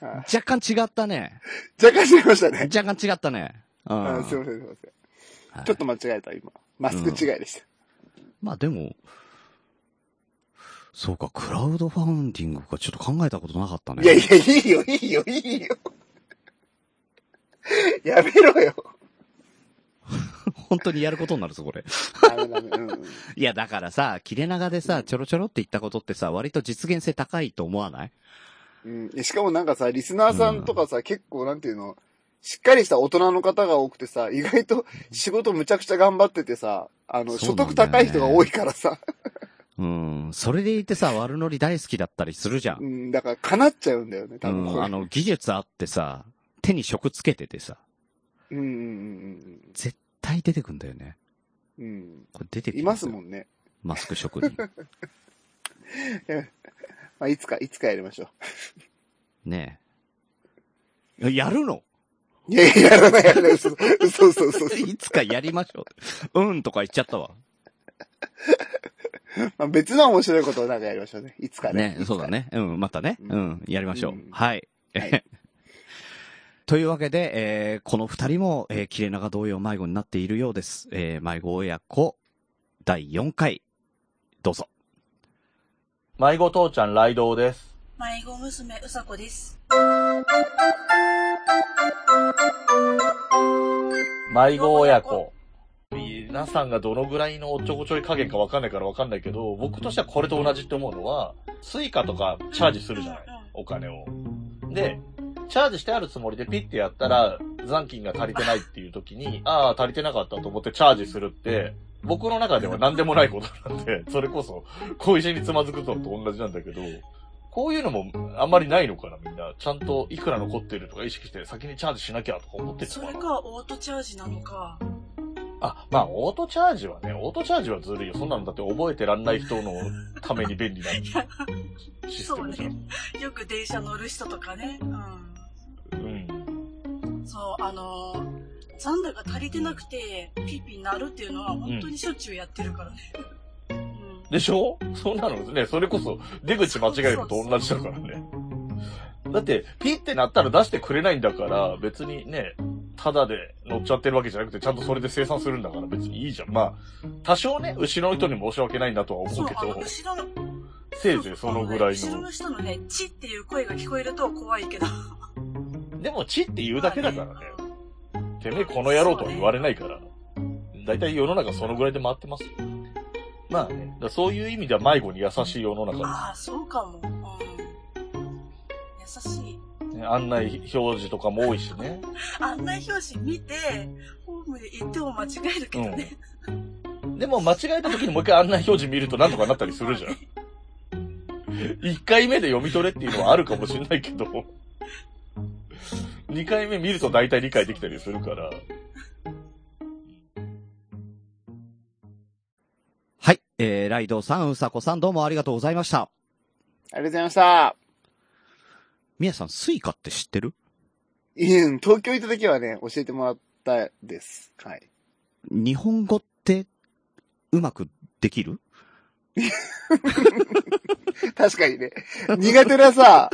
若干違ったね。若干違いましたね。若干違ったね。うあん。すいません、すいません。はいちょっと間違えた、今。マスク違いでした。まあでも、そうか、クラウドファンディングか、ちょっと考えたことなかったね。いやいや、いいよ、いいよ、いいよ。 やめろよ。本当にやることになるぞ、これ。ダメダメ。うんうん。いや、だからさ、切れ長でさ、ちょろちょろって言ったことってさ、割と実現性高いと思わないうんでしかもなんかさ、リスナーさんとかさ、結構なんていうの、しっかりした大人の方が多くてさ、意外と仕事むちゃくちゃ頑張っててさ、あの、そ所うなんだよね得高い人が多いからさ、うん。それでいてさ、悪ノリ大好きだったりするじゃ。うんん、だから叶っちゃうんだよね、う多分こん。れ。あの、技術あってさ、手に職つけててさ、うん、うん、うん絶対出てくんだよね。うん、うん。これ出てきいますん。もんね。マスク職人。まあ、いつか、いつかやりましょねえ。やるのう。いやいや、やらない、やらない、嘘、嘘、嘘、嘘。嘘いつかやりましょう。うんとか言っちゃったわ。まあ別の面白いことをなんかやりましょうね。いつかね。ね、そうだね。うん、またね。うんうん、やりましょう。うんはい。はい というわけで、えーこの二人も、えー、切れ長同様迷子になっているようです。えー、迷子親子、第4回、どうぞ。迷子父ちゃん雷道です。迷子娘うさこです。迷子親子。皆さんがどのぐらいのおっちょこちょい加減かわかんないからわかんないけど、僕としてはこれと同じって思うのは、スイカとかチャージするじゃないお金を。で、チャージしてあるつもりでピッてやったら、残金が足りてないっていう時に、ああ、足りてなかったと思ってチャージするって、僕の中では何でもないことなんで、 それこそ、小石につまずくのと同じなんだけど、こういうのもあんまりないのかな、みんな。ちゃんといくら残ってるとか意識して、先にチャージしなきゃとか思ってるそのかれな。か、オートチャージなのか。あ、まあ、オートチャージはね、オートチャージはずるいよ。そんなのだって覚えてらんない人のために便 利なシステムじゃん。よく電車乗る人とかね。ううん。ん。そう、あのー残高足りてなくて、ピーピーなるっていうのは、本当にしょっちゅうやってるからね。うん。でしょそんなのね、それこそ出口間違えるのと同じだからね。だって、ピってなったら出してくれないんだから、別にね、ただで乗っちゃってるわけじゃなくて、ちゃんとそれで生産するんだから別にいいじゃん。まあ、多少ね、後ろの人に申し訳ないなとは思そううけ、あの、ど、後ろの、せいぜいそのぐらい後ろのの。人のね、チっていう声が聞こえると怖いけど。でも、チって言うだけだからね。てめえこの野郎とは言われないから。だいたい世の中そのぐらいで回ってますよ。まあね、だからそういう意味では迷子に優しい世の中ですああ、そうかも。うん。優しい。ね。案内表示とかも多いしね。案内表紙見て、ホームで行っても間違えるけどね。でも間違えた時にもう一回案内表示見るとなんとかなったりするじゃん。一回目で読み取れっていうのはあるかもしれないけど、二回目見ると大体理解できたりするから。はい。えー、ライドさん、うさこさん、どうもありがとうございました。ありがとうございました。みやさん、スイカって知ってるうん、東京行った時はね、教えてもらったです。はい。日本語って、うまくでき る確かにね。苦手なさ、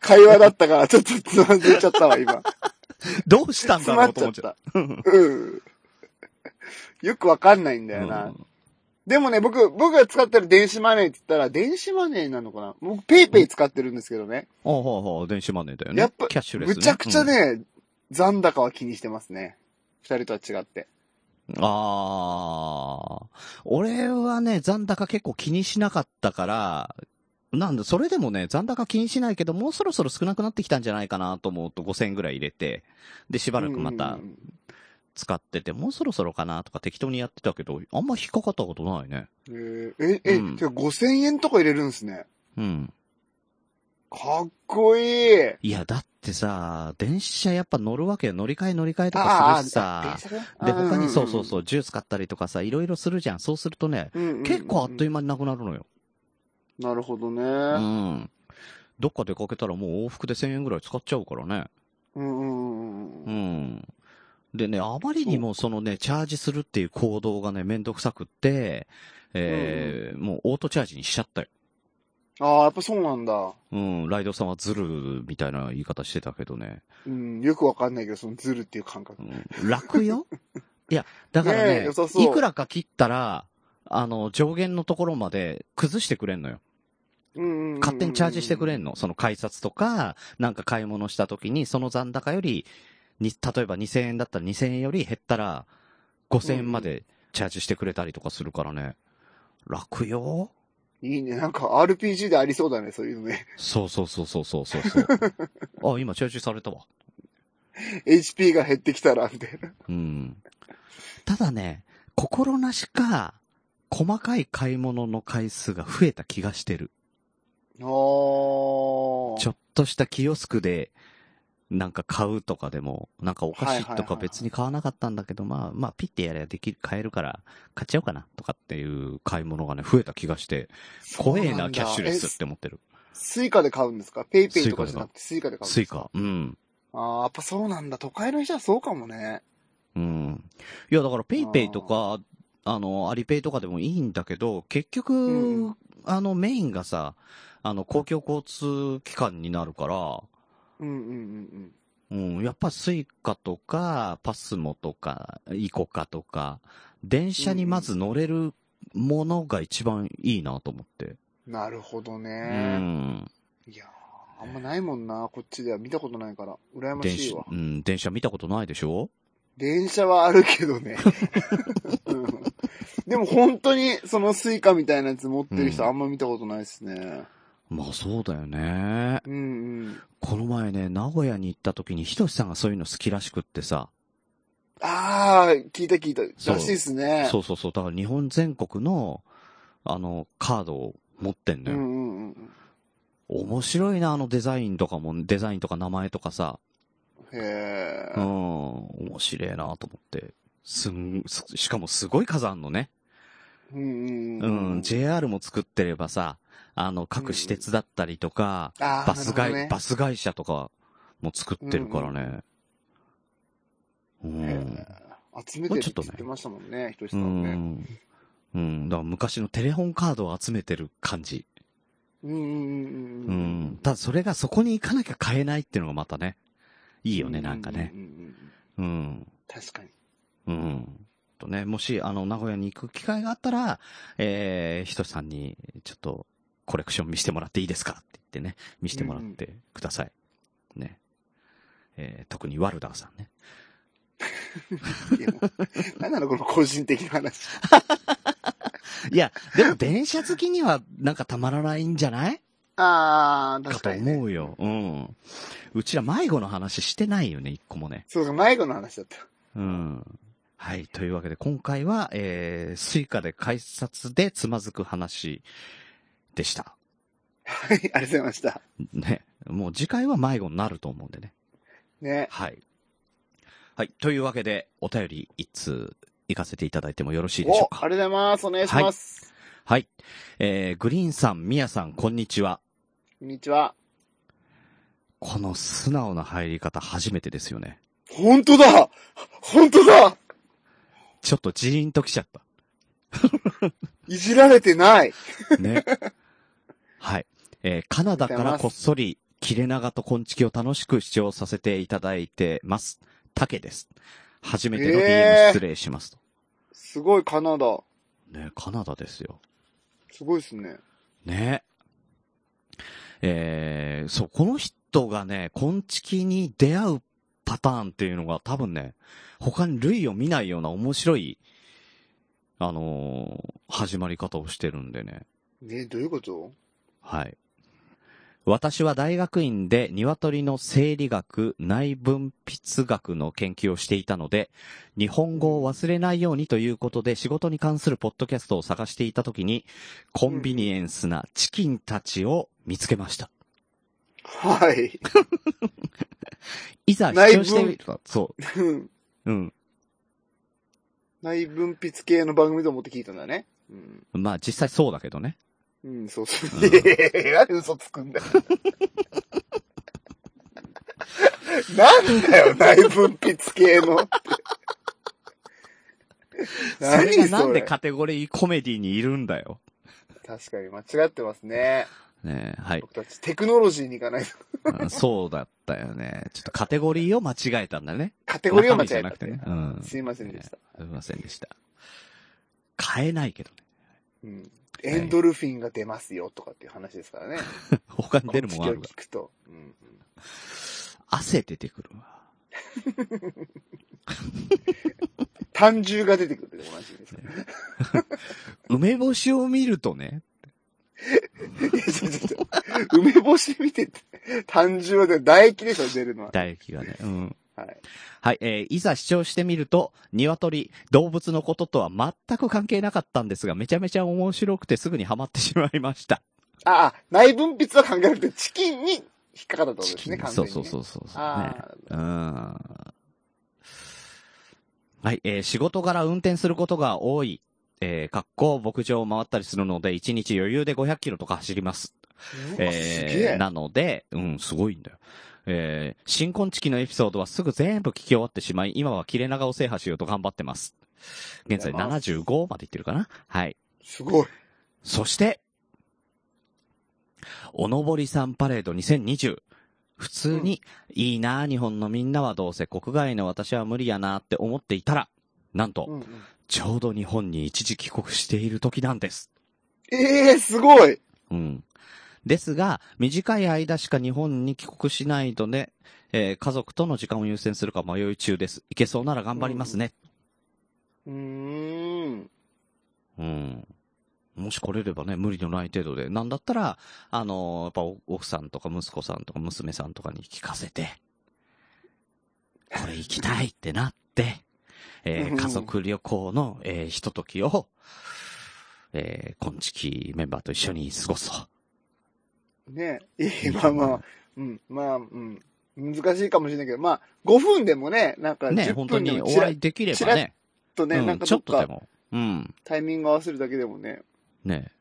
会話だったから、ちょっとつまずいちゃったわ、今。どうしたんつだまろっうとち思ゃっっ。ちゃったうん。よくわかんないんだた。よな。うんでもね、僕、僕が使ってる電子マネーって言ったら、電子マネーなのかな僕、ペイペイ使ってるんですけどね。ほうほうほう、電子マネーだよね。やっぱキャッシュレス、ね。むちゃくちゃね、残高は気にしてますね。二人とは違って。ああ。俺はね、残高結構気にしなかったから、なんだ、それでもね、残高気にしないけど、もうそろそろ少なくなってきたんじゃないかなと思うと5000円ぐらい入れて、で、しばらくまうたん使ってて、もうそろそろかなとか適当にやってたけど、あんま引っかかったことないね。えーえ、え、うんてか5000円とか入れるんですね。うん。かっこいい。いや、だってさ、電車やっぱ乗るわけよ。乗り換え乗り換えとあかあするしさ。電車ねで、他にそうそううそう、ジュース買ったりとかさ、いろいろするじゃん。そうするとね、んうんうん。結構あっというう間になくなるのよ。んなるほどね。うん。どっか出かけたらもう往復で1000円ぐらい使っちゃうからね。うんうんううんん。でね、あまりにもそのね、チャージするっていう行動がね、めんどくさくって、えーもうオートチャージにしちゃったよ。ああ、やっぱそうなんだ。うん、ライドさんはズルみたいな言い方してたけどね。うん、よくわかんないけど、そのズルっていう感覚う。ん、楽 よいや、だからねえね良さそういくらか切ったら、あの、上限のところまで崩してくれんのよ。勝勝手にチャージしてくれんのの。その改札とか、なんか買い物した時に、その残高より、に、例えば2000円だったら2000円より減ったら、5000円までチャージしてくれたりとかするからね。楽よいいね。なんか RPG でありそうだね、そういうのね。そうそうそうそうそうそうそう。あ、今チャージされたわ。 HP が減ってきたら、みたいな。うん。ただね、心なしか、細かい買い物の回数が増えた気がしてる。おー。ちょっとしたキオスクで、なんか買うとかでも、なんかお菓はいはい子はいとはかい別に買わなかったんだけど、まあ、まあ、ピッてやればできる、買えるから、買っちゃおうかな、とかっていう買い物がね、増えた気がして、怖えそうな、んだキャッシュレスっ。えて思ってる。スイカで買うんですかペイペイとかじゃなくてスイカで買うんスでイすかカ。うん。ああ、やっぱそうなんだ。都会の人はそうかもね。うん。いや、だから、ペイペイとか、あの、アリペイとかでもいいんだけど、結局、うあの、メインがさ、あの、公共交通機関になるから、うんうんうんうん、やっぱスイカとか、パスモとか、イコカとか、電車にまず乗れるものが一番いいなと思って。うん。なるほどうね。ん。いやーあんまないもんな、こっちでは見たことないから。羨ま電しい車わ、。うん、電車見たことないでしょ電車はあるけどね。うんでも本当にそのスイカみたいなやつ持ってる人うんあんま見たことないですね。まあそうだよね。うんうん。この前ね、名古屋に行った時にひとしさんがそういうの好きらしくってさ。ああ、聞いた聞いた。そうらしいですね。そうそうそう。だから日本全国の、あの、カードを持ってんのうんよ。うんうん。面白いな、あのデザインとかも、デザインとか名前とかさ。へうん、え。面白いなと思って。すん、すしかもすごい数あんのね。うんうんう、うんん。 JR も作ってればさ、あの、各私鉄だったりとか、あーバス会、なるほバス会社とかも作ってるからね。うどねん。へー集めてるって言ってましたもんね、ひとうしさんね。ん。うん。だから昔のテレホンカードを集めてる感じ。うんううんうんうん。ん。ただそれがそこに行かなきゃ買えないっていうのがまたね、いいよね、なんかねう。ううんうん。うん。確かに。うん。とね、もし、あの、名古屋に行く機会があったら、えー、ひとしさんに、ちょっと、コレクション見せてもらっていいですかって言ってね、見せてもらってください。ね。えー、特にワルダーさんね。いやもうなんなのこの個人的な話。いや、でも電車好きには、なんかたまらないんじゃないああ、か確とかに、ね。思うよ。うん。うちら迷子の話してないよね、一個もね。そうか、迷子の話だった。うん。はい。というわけで、今回は、えー、スイカで改札でつまずく話でした。はい、ありがとうございました。ね。もう次回は迷子になると思うんでね。ね。はい。はい。というわけで、お便り一通行かせていただいてもよろしいでしょうおあか。りがとうございます。お願いします。はい。えー、グリーンさん、ミヤさん、こんにちは。こんにちは。この素直な入り方初めてですよね。本当だ本当だちょっとジーンときちゃった。いじられてない。 ね。はい。えーカナダからこっそり、切れ長と昆虫を楽しく視聴させていただいてます。タケです。初めてのえ DM ー失礼しますと。すごい、カナダ。ね、カナダですよ。すごいですね。ね。えー、そう、この人がね、昆虫に出会うパターンっていうのが多分ね、他に類を見ないような面白い、あのー始まり方をしてるんでね。ね、どういうことはい。私は大学院で鶏の生理学、内分泌学の研究をしていたので、日本語を忘れないようにということで仕事に関するポッドキャストを探していたときに、コンビニエンスなチキンたちを見つけました。はい。いざ、視聴してみると、そうんう。うん。内分泌系の番組と思って聞いたんだね。うん。まあ実際そうだけどね。うん、そうそうう。んいやいやいやなんで嘘つくんだよなんだよ、内分泌系のって。それがなんで何カテゴリーコメディにいるんだよ。確かに間違ってますね。ねえはい。僕たちテクノロジーに行かないと。うんそうだったよね。ちょっとカテゴリーを間違えたんだね。カテゴリーを間中違えた身じゃなくてね。うん。すいませんでした。すみませんでした。買えないけどね。うん。エンドルフィンが出ますよとかっていう話ですからね。他に出るもんあるこかっちを聞くと。うんら。汗出てくるわ。単汁が出てくるって同じですからね。梅干しを見るとね、いやちょちょちょ 梅干し見てて、単汁は出る唾液でしょ、出るのは。唾液がね。うん。はい。はい、えー、いざ視聴してみると、鶏、動物のこととは全く関係なかったんですが、めちゃめちゃ面白くてすぐにハマってしまいました。ああ、内分泌は関係なくて、チキンに引っかかったってことですね、完全そうに、ね。。そうそううそうそう、ね。あうーんはい、えー仕事柄運転することが多い、えー、格好牧場を回ったりするので、1日余裕で500キロとか走ります。あ、うわすげえーえ。なので、うん、すごいんだよ。えー新婚チキのエピソードはすぐ全部聞き終わってしまい、今は切れ長を制覇しようと頑張ってます。現在75までいってるかなはい。すごい。そして、おのぼりさんパレード2020。普通に、いいなあ日本のみんなはどうせ国外の私は無理やなって思っていたら、なんと、うんうんちょうど日本に一時帰国している時なんです。ええすごい。うん。ですが、短い間しか日本に帰国しないとね、えー家族との時間を優先するか迷い中です。行けそうなら頑張りますね。うーん。うん。もし来れればね、無理のない程度で。なんだったら、あのーやっぱお奥さんとか息子さんとか娘さんとかに聞かせて、これ行きたいってなって、えーうん家族旅行の、えーひとときを、えー、今月メンバーと一緒に過ごすと。ねえ、いいまあまあ、うん、まあ、うん。難しいかもしれないけど、まあ、5分でもね、なんかね、 10本当分でにもおちら会っいできれちばらっね、とね、う、なんんかちどょっっとでかも、うん、タイミング合わせるだけでもね、ね、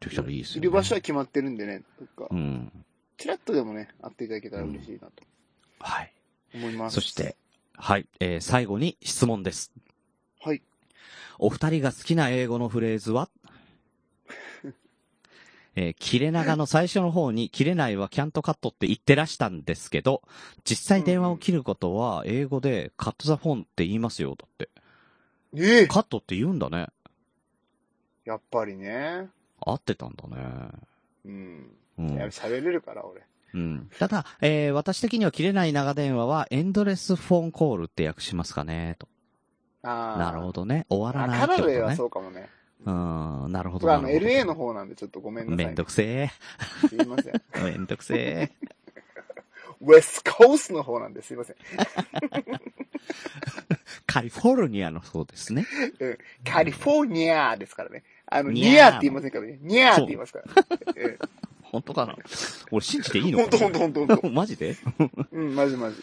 できたらいいですよ、いね。る場所は決まってるんでね、どっかう、ん、ちらっとでもね、会っていただけたら嬉しいなとはい。思います。そして、はい、えー最後に質問です。はい。お二人が好きな英語のフレー ズはえー切れ長の最初の方に、切れないはキャントカットって言ってらしたんですけど、実際電話を切ることは、英語でカットザフォンって言いますよ、だって。ええカットって言うんだね。やっぱりね。合ってたんだね。うん。ういんや、喋れるから、俺。うんただ、えー私的には切れない長電話は、エンドレスフォンコールって訳しますかね、と。ああ。なるほ。どね。終わらあ、ないカってナことダではね。そうかもね。うん、なるほ僕ど。はあなの、るほど LA の方なんで、ちょっとごめんなさい。めんどくせすいません。え。めんどくせえ。 ウェストコーストの方なんですいません。カリフォルニアのそうですね。カリフォルニアですからね。あの、ニニャーャーって言いませんからね。ニャーって言いますから。え本当かな俺信じていいえのほんとかほなんとほんとほ んと。マジでうん、まじまじ。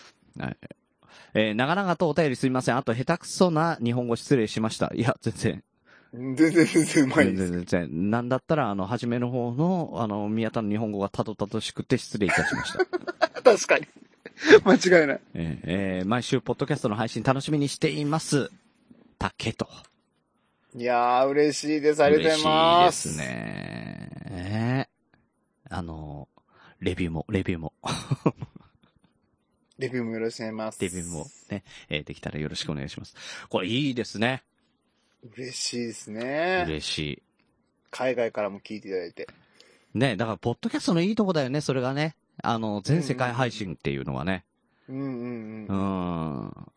えー長々とお便りすみません。あと、下手くそな日本語失礼しました。いや、全然。全然全然うまい全で然全す。然。なんだったら、あの、初めの方の、あの、宮田の日本語がたどたどしくて失礼いたしました。確かに。間違いない。えーえー毎週、ポッドキャストの配信楽しみにしています。たけと。いやー、嬉しいです。ありがとうございます。嬉しいです。ね。えーあの、レビューも、レビューも。デビューもよろしくお願いします。デビューも。ね、えーできたらよろしくお願いします。これいいですね。嬉しいですね。嬉し海外からも聞いていただいて。い。ね、だから、ポッドキャストのいいとこだよね、それがね。あの、全世界配信っていうのはね。うんうんううん。ん。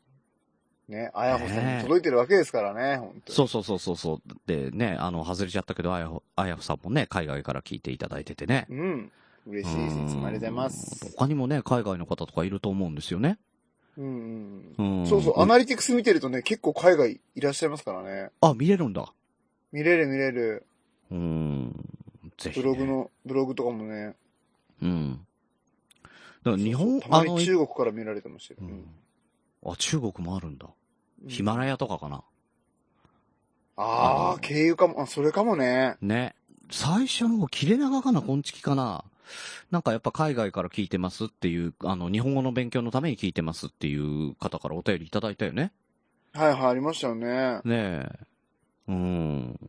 ね、あやほさんに届いてるわけですからね、本当に。そうそうそうそうそう。でね、あの、外れちゃったけど、あやほ、あやほさんもね、海外から聞いていただいててね。うん。嬉しいです。いつもありがとうございます。他にもね、海外の方とかいると思うんですよね。うんうんう。うんん。そうそう、アナリティクス見てるとね、結構海外いらっしゃいますからね。あ、見れるんだ。見れる見れる。うん。ぜひ、ブね。ログの、ブログとかもね。うん。だから日そう本そう、たあまのに、中国から見られてましたよう。うんんあ、中国もあるんだ。うんヒマラヤとかかな。ああ、経由かも、あ、それかもね。ね。最初の方、切れ長かな、こんちきかな。なんかやっぱ海外から聞いてますっていう、あの、日本語の勉強のために聞いてますっていう方からお便りいただいたよね。はいはい、ありましたよね。ねえ。うん。だか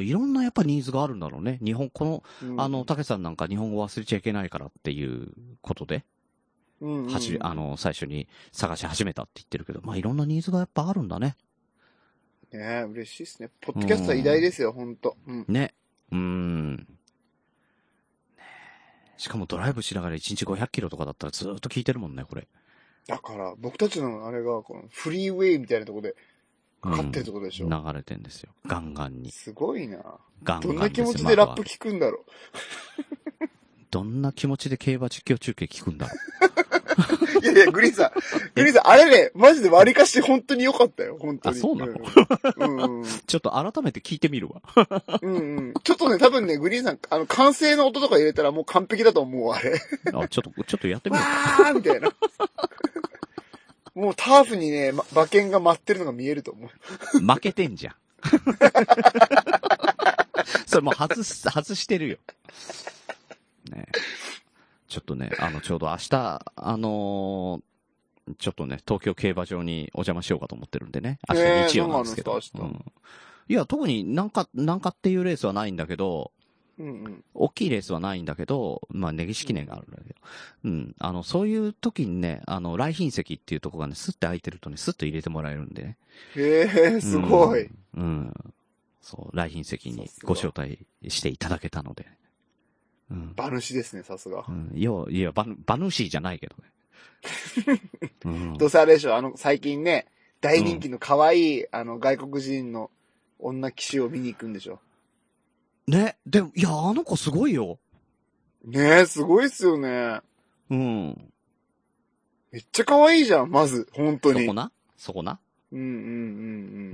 らいろんなやっぱニーズがあるんだろうね。日本、この、うんあの、、たけさんなんか日本語忘れちゃいけないからっていうことで、うんうん走り、あ、の、最初に探し始めたって言ってるけど、まあ、いろんなニーズがやっぱあるんだね。ね嬉しいですね。ポッドキャストは偉大ですよ、ほんと。うん。ね。うーん。ねえしかもドライブしながら1日500キロとかだったらずーっと聞いてるもんね、これ。だから、僕たちのあれが、この、フリーウェイみたいなとこで、うんかかってるってことでしょ。流れてんですよ。ガンガンに。すごいなガンガどンんな気持すちよでラッ窓プは聞くんだろどんな気持ちで競馬実況中継聞くんだろう。いやいや、グリーンさん、グリーンさん、あれね、マジで割りかし本当に良かったよ、本当に。あそうなのうんうんうんう。ちょっと改めて聞いてみるわ。うんうん。ちょっとね、多分ね、グリーンさん、あの、完成の音とか入れたらもう完璧だと思う、あれ。あ、ちょっと、ちょっとやってみわる。ーみ たいな。もうターフにね、ま馬券が舞ってるのが見えると思う。負けてん じゃん。それもう外す、外してるよ。ねえちょっとね、あの、ちょうど明日、あのーちょっとね、東京競馬場にお邪魔しようかと思ってるんでね。明えー日日曜なんですけなどん。かあうるんん、いや、特になんか、なんかっていうレースはないんだけど、うんうん。大きいレースはないんだけど、まあ、根岸記念があるんだけど、うん、あの、そういう時にね、あの、来賓席っていうとこがね、スッて空いてるとね、スッと入れてもらえるんでね。へえ、 すごい。うん。うんそう、来賓席にご招待していただけたので。うん。馬主ですね、さすがう。ん、いや、いや、バヌ、バヌシーじゃないけど ね。うんどうせあれでしょ、あの、最近ね、大人気の可愛い、あの、外国人の女騎手を見に行くんでしょ。ね、でも、いや、あの子すごいよ。ねえ、すごいっすよね。うん。めっちゃ可愛いじゃん、まず、本当そに。こうんなそこなうんうんうう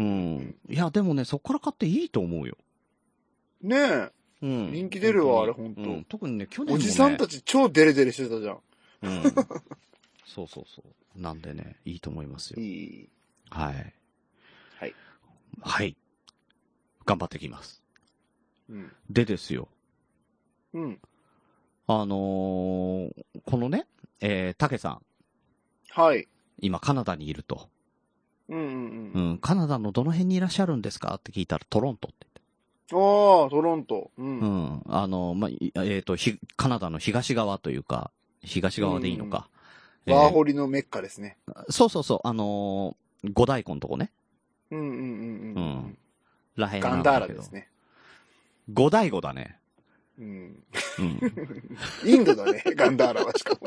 ん。ん。いや、でもね、そこから買っていいと思うよ。ねえ、うん。人気出るわ本当にあれ本当うん特にね、去年も、おね。じさんたち超デレデレしてたじゃん。うん。そうそうそう。なんでね、いいと思いますよ。いい。はい。はい。はい。頑張ってきます。うん。でですよ。うん。あのーこのね、えー、たけさん、はい。今カナダにいると。うんううんん、カナダのどの辺にいらっしゃるんですかって聞いたらトロントってうん。ああ、トロント。うん。言って。うん。あのーまあ、いえっ、と、ひ、カナダの東側というか、東側でいいのか。えーワーホリのメッカですね。そうそうそう、あのー、五大湖のとこね。うんうんうんううんん。らへんガなンんダーだラけでどす。ね。五大湖だね。うん。うん。 インドだね、 ガンダーラはしかも。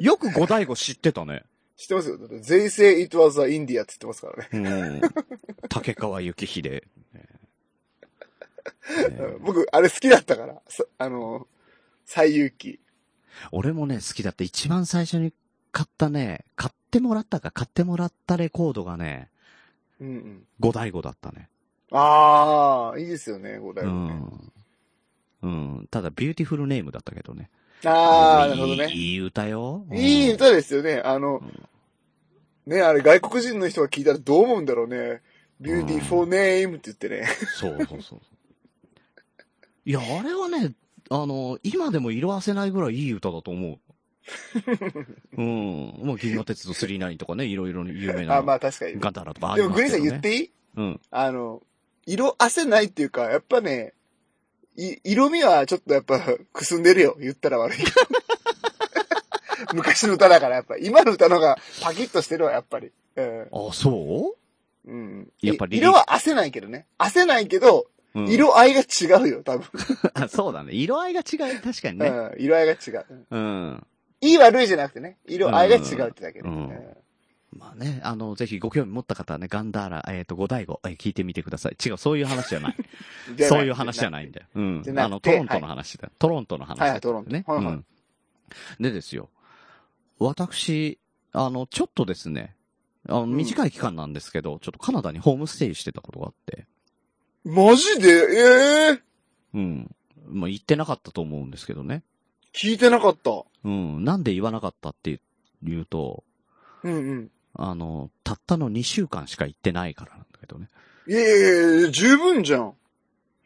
よく五大湖知ってたね。知ってますよ。だって、税制 it was a India って言ってますからね。うん。竹川幸秀。 ねね僕、あれ好きだったから。さあの、最有機。俺もね、好きだって一番最初に買ったね、買ってもらったか、買ってもらったレコードがね、うんうん。五大五だったね。ああ、いいですよね、五代う目ね。ん。うん。ただ、ビューティフルネームだったけどね。ああ、なるほどいね。いいい歌よ。うんいい歌ですよね。あのん、ね、あれ外国人の人が聞いたらどう思うんだろうね。beautiful name って言ってね。そうそうそうそう。いや、あれはね、あの、今でも色あせないぐらいいい歌だと 思う。うん。もう、銀河鉄道39とかね、いろいろ有名な。あ、まあ確かに。ガンダラとかあでりもまグすリーンけさどねん言っていいうん。あの、色あせないっていうか、やっぱね、い色味はちょっとやっぱくすんでるよ。言ったら悪い。 昔の歌だからやっぱ、今の歌の方がパキッとしてるわ、やっぱり。うん。あ、そうん。やっぱりい色はあせないけどね。あせないけど、う、うん、色合いが違うよ、多分。あそうだね。色合いが違う。確かにうね。ん。色合いが違う。うんうん。いい悪いじゃなくてね、色合いが違うってだけうで。んうんまあね、あの、ぜひご興味持った方はね、ガンダーラ、えっ、と、五大五、えー聞いてみてください。違う、そういう話じゃ ない。そういう話じゃないん。だよ。うんじゃ。なあくの、てトロントの話だ。トロントの話だ、はいはいトロントね、はいはいうん。でですよ。私、あの、ちょっとですね、あの、ん短い期間なんですけど、ちょっとカナダにホームステイしてたことがあって、マジでええー、うん。まあ、言ってなかったと思うんですけどね。聞いてなかった。うん。なんで言わなかったっていう言うと、うんうん。あの、たったの2週間しか行ってないからなんだけどね。いやいやいや、十分じゃん。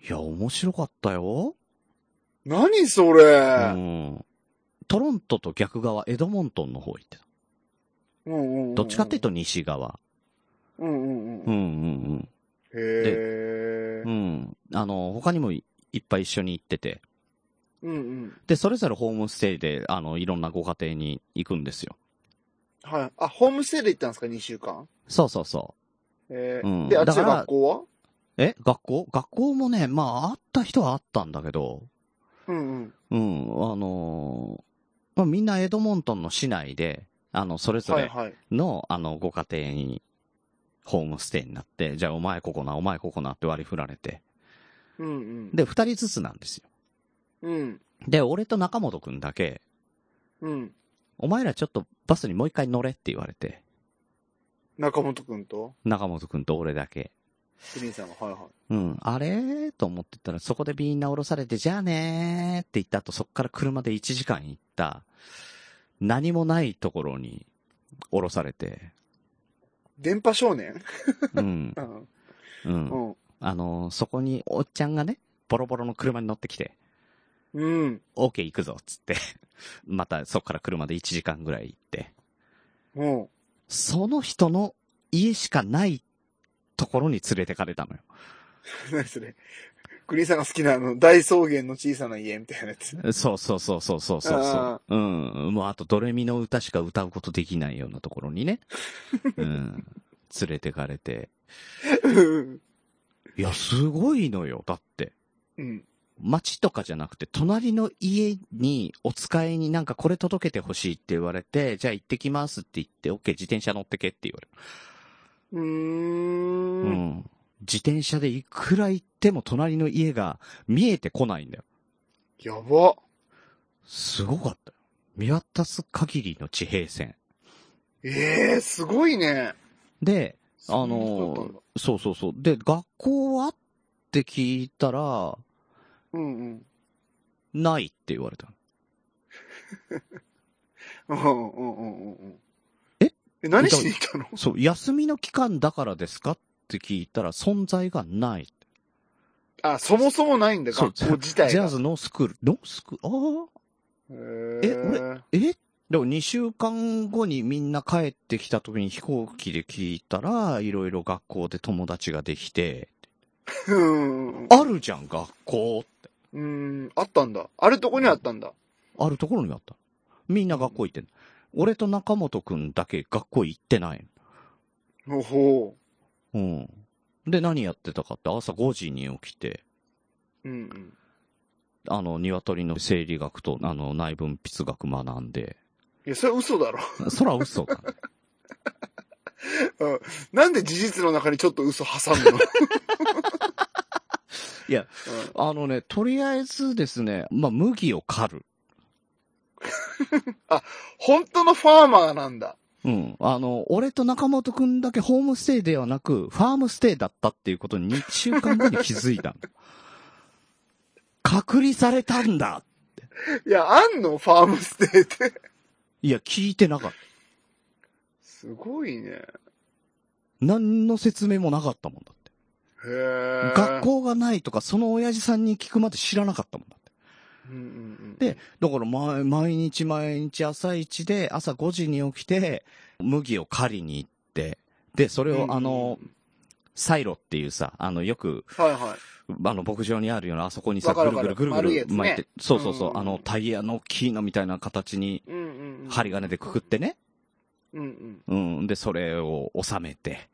いや、面白かったよ。何それ。ううんん。トロントと逆側、エドモントンの方行ってた。うんうん、どっちかっていうと西側。うんうんう。うんんへうんえうん。う。ん。あの、他にもいいっぱい一緒に行ってて。うんうん。で、それぞれホームステイで、あの、いろんなご家庭に行くんですよ。はい。あ、ホームステイで行ったんですか、2週間そうそうそええうんで、あっちだのから学校はう。え学校学校もね、まあ、あった人はあったんだけど、うんうん。うん、あのーまあ、みんなエドモントンの市内で、あの、それぞはいれはい。の、あの、ご家庭に、ホームステイになって、じゃあお前ここな、お前ここなって割り振られて。うんうん。で、二人ずつなんですよ。うん。で、俺と中本くんだけ、うん。お前らちょっとバスにもう一回乗れって言われて、中本くんと中本くんと俺だけ。グリーンさんが。はいはい。うん、あれと思ってたら、そこでみんな降ろされて、じゃあねーって言った後、そこから車で1時間行った、何もないところに降ろされて、電波少年うん、うん。う。うんん。あの、そこにおっちゃんがね、ボロボロの車に乗ってきて、うん。 OK 行くぞ、っつって。 またそこから車で1時間ぐらい行って、うん。その人の家しかないところに連れてかれたのよ。 何それ。クリーンさんが好きなあの、大草原の小さな家みたいなやつ。 そうそうそうそうそうそうそう。うん。もうあとドレミの歌しか歌うことできないようなところにね。うん。連れてかれて。うんいや、すごいのよ。だって。うん。街とかじゃなくて、隣の家にお使いになんかこれ届けてほしいって言われて、じゃあ行ってきますって言って、OK、自転車乗ってけって言われる。うー。うんん。自転車でいくら行っても隣の家が見えてこないんだよ。やば。すごかったよ。見渡す限りの地平線。ええー、すごいね。で、あそんな人のだったんだそうそうそう。で、学校はって聞いたら、うんうん。ないって言われたの。うんうんうんうんうん。ええ、何しに行ったのそう、休みの期間だからですかって聞いたら、存在がない。あ、そもそもないんだ、そう学校自体が。ジャズノースクール、ノースクール、ああ、ええ俺えでも2週間後にみんな帰ってきた時に飛行機で聞いたら、いろいろ学校で友達ができて、うん。あるじゃん、学校って。うん、あったんだ。あるとこにあったんだ。あるところにあった。みんな学校行ってんの俺と中本くんだけ学校行ってないの。おほうん。で、何やってたかって、朝5時に起きて、う。うんあの、鶏の生理学と、あの、内分泌学学んで、いや、それ嘘だろ。 そら嘘だ、ね。なんで事実の中にちょっと嘘挟むの いや、 あのね、とりあえずですね、まあ、麦を狩る。本当のファーマーなんだ。うん。あの、俺と中本くんだけホームステイではなく、ファームステイだったっていうことに2週間後に気づい たの。隔離されたんだいや、あんのファームステイって。いや、聞いてなかった。すごいね。へ何の説明もなかったもんだって。え。学。校がないとか、その親父さんに聞くまで知らなかったもんだって。うんうんでだから毎、毎日毎日朝一で、朝5時に起きて、麦を狩りに行って、で、それうん。をあの、、サイロっていうさ、あの、よく、はいはい。あの、牧場にあるような、あそこにさ、わかぐるるわぐかるるぐるぐ丸いやるつね巻いて、そうそうそうう、んあの、タイヤのキーのみたいな形に、うんうんうん。針金でくくってね、うんうんうん、で、それを収めて、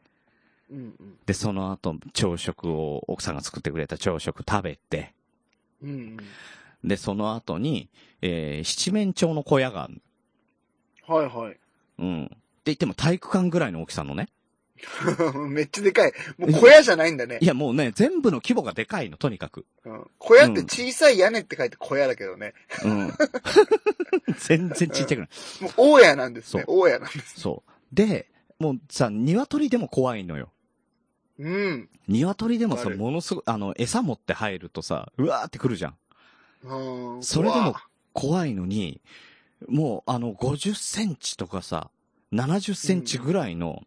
うんうん。で、その後、朝食を、奥さんが作ってくれた朝食食べて、うんうん。で、その後に、えー七面鳥の小屋がある。はいはい。うん。って言っても体育館ぐらいの大きさのね。 めっちゃでかい。もう小屋じゃないんだねい。や、もうね、全部の規模がでかいの、とにかく。うん小屋って小さい屋根って書いて小屋だけどね。うん。 全然ちっちゃくない。もう大家なんですね。そ大家なんです。そう。で、もうさ、鶏でも怖いのよ。うん。鶏でもわかさ、るものすごい、あの、餌持って入るとさ、うわーってくるじゃん。うんそれでうもわ怖いのに、もう、あの、50センチとかさ、70センチぐらいの、うん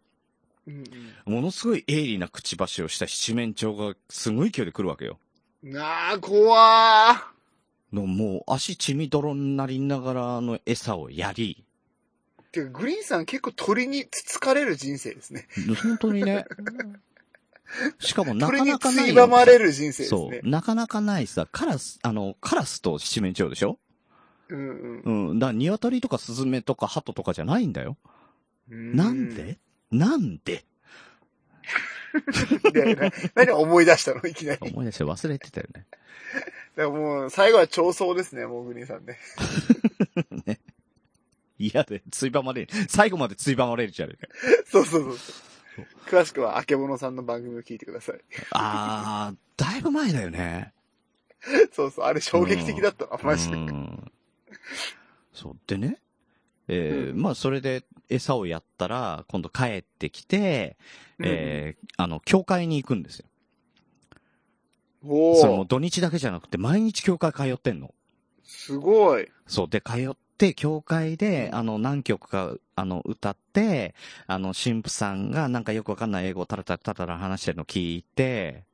ものすごい鋭利なくちばしをした七面鳥がすごい勢いで来るわけよ。うん。なあ、怖ー。のもう足血みどろになりながらあの餌をやり、てか、グリーンさん結構鳥につつかれる人生ですね。本当に ね、しかもな鳥かになかつないいばまれる人生ですそねう、。なかなかないさ、カラス、あの、カラスと七面鳥でしょうんうん、だから鶏とかスズメとかハトとかじゃないんだよ。うん。なんでなんでいやいや何思い出したのいきなり。だか思い出して忘れてたよね。らもう、最後は調層ですね、もうグリーンさんね。 嫌で、ついばまれる。最後までついばまれるじゃねえか。そうそうそうそう。詳しくは、あけぼのさんの番組を聞いてください。あー、だいぶ前だよね。そうそう、あれ衝撃的だったな、マジで。ううんんそう。でね、えーまあ、それで餌をやったら、今度帰ってきて、えーあの、教会に行くんですよ。おそれもー、土日だけじゃなくて、毎日教会通ってんの。すごい。そう。で、通って、教会で、あの、何曲か、あの、歌って、あの、神父さんが、なんかよくわかんない英語をタラタラタラタラ話してるの聞いて、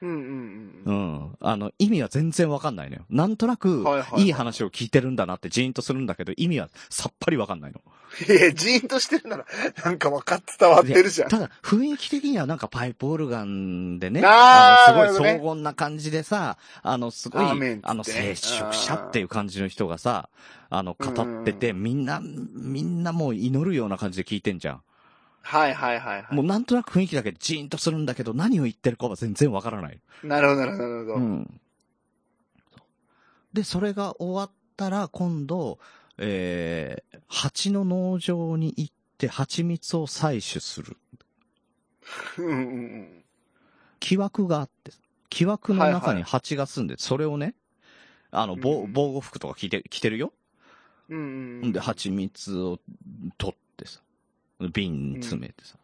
うんうんううん。ん。あの、意味は全然わかんないのよ。なんとなくはいはい、はいいい話を聞いてるんだなってジーンとするんだけど、意味はさっぱりわかんないの。いや、ジーンとしてるなら、なんか分かって伝わってるじゃんい。やただ、雰囲気的にはなんかパイプオルガンでね、あーのすごないる荘厳な感じでさ、あの、すごい、アーメンっつってあの、聖職者っていう感じの人がさ、あの、語ってて、みんな、みんなもう祈るような感じで聞いてんじゃん。はいはいはいはもうなんとなく雰囲気だけジーンとするんだけど、何を言ってるかは全然わからない。い。なるほどなるほどなるほうど。ん。で、それが終わったら、今度、えー、蜂の農場に行って蜂蜜を採取する。うんうんうん。木枠があって、木枠の中はいはにい蜂が住んで、それをね、あの、防うん防護服とか着て、着てるよ。うんうん。で、蜂蜜を取ってさ、瓶詰めてさ。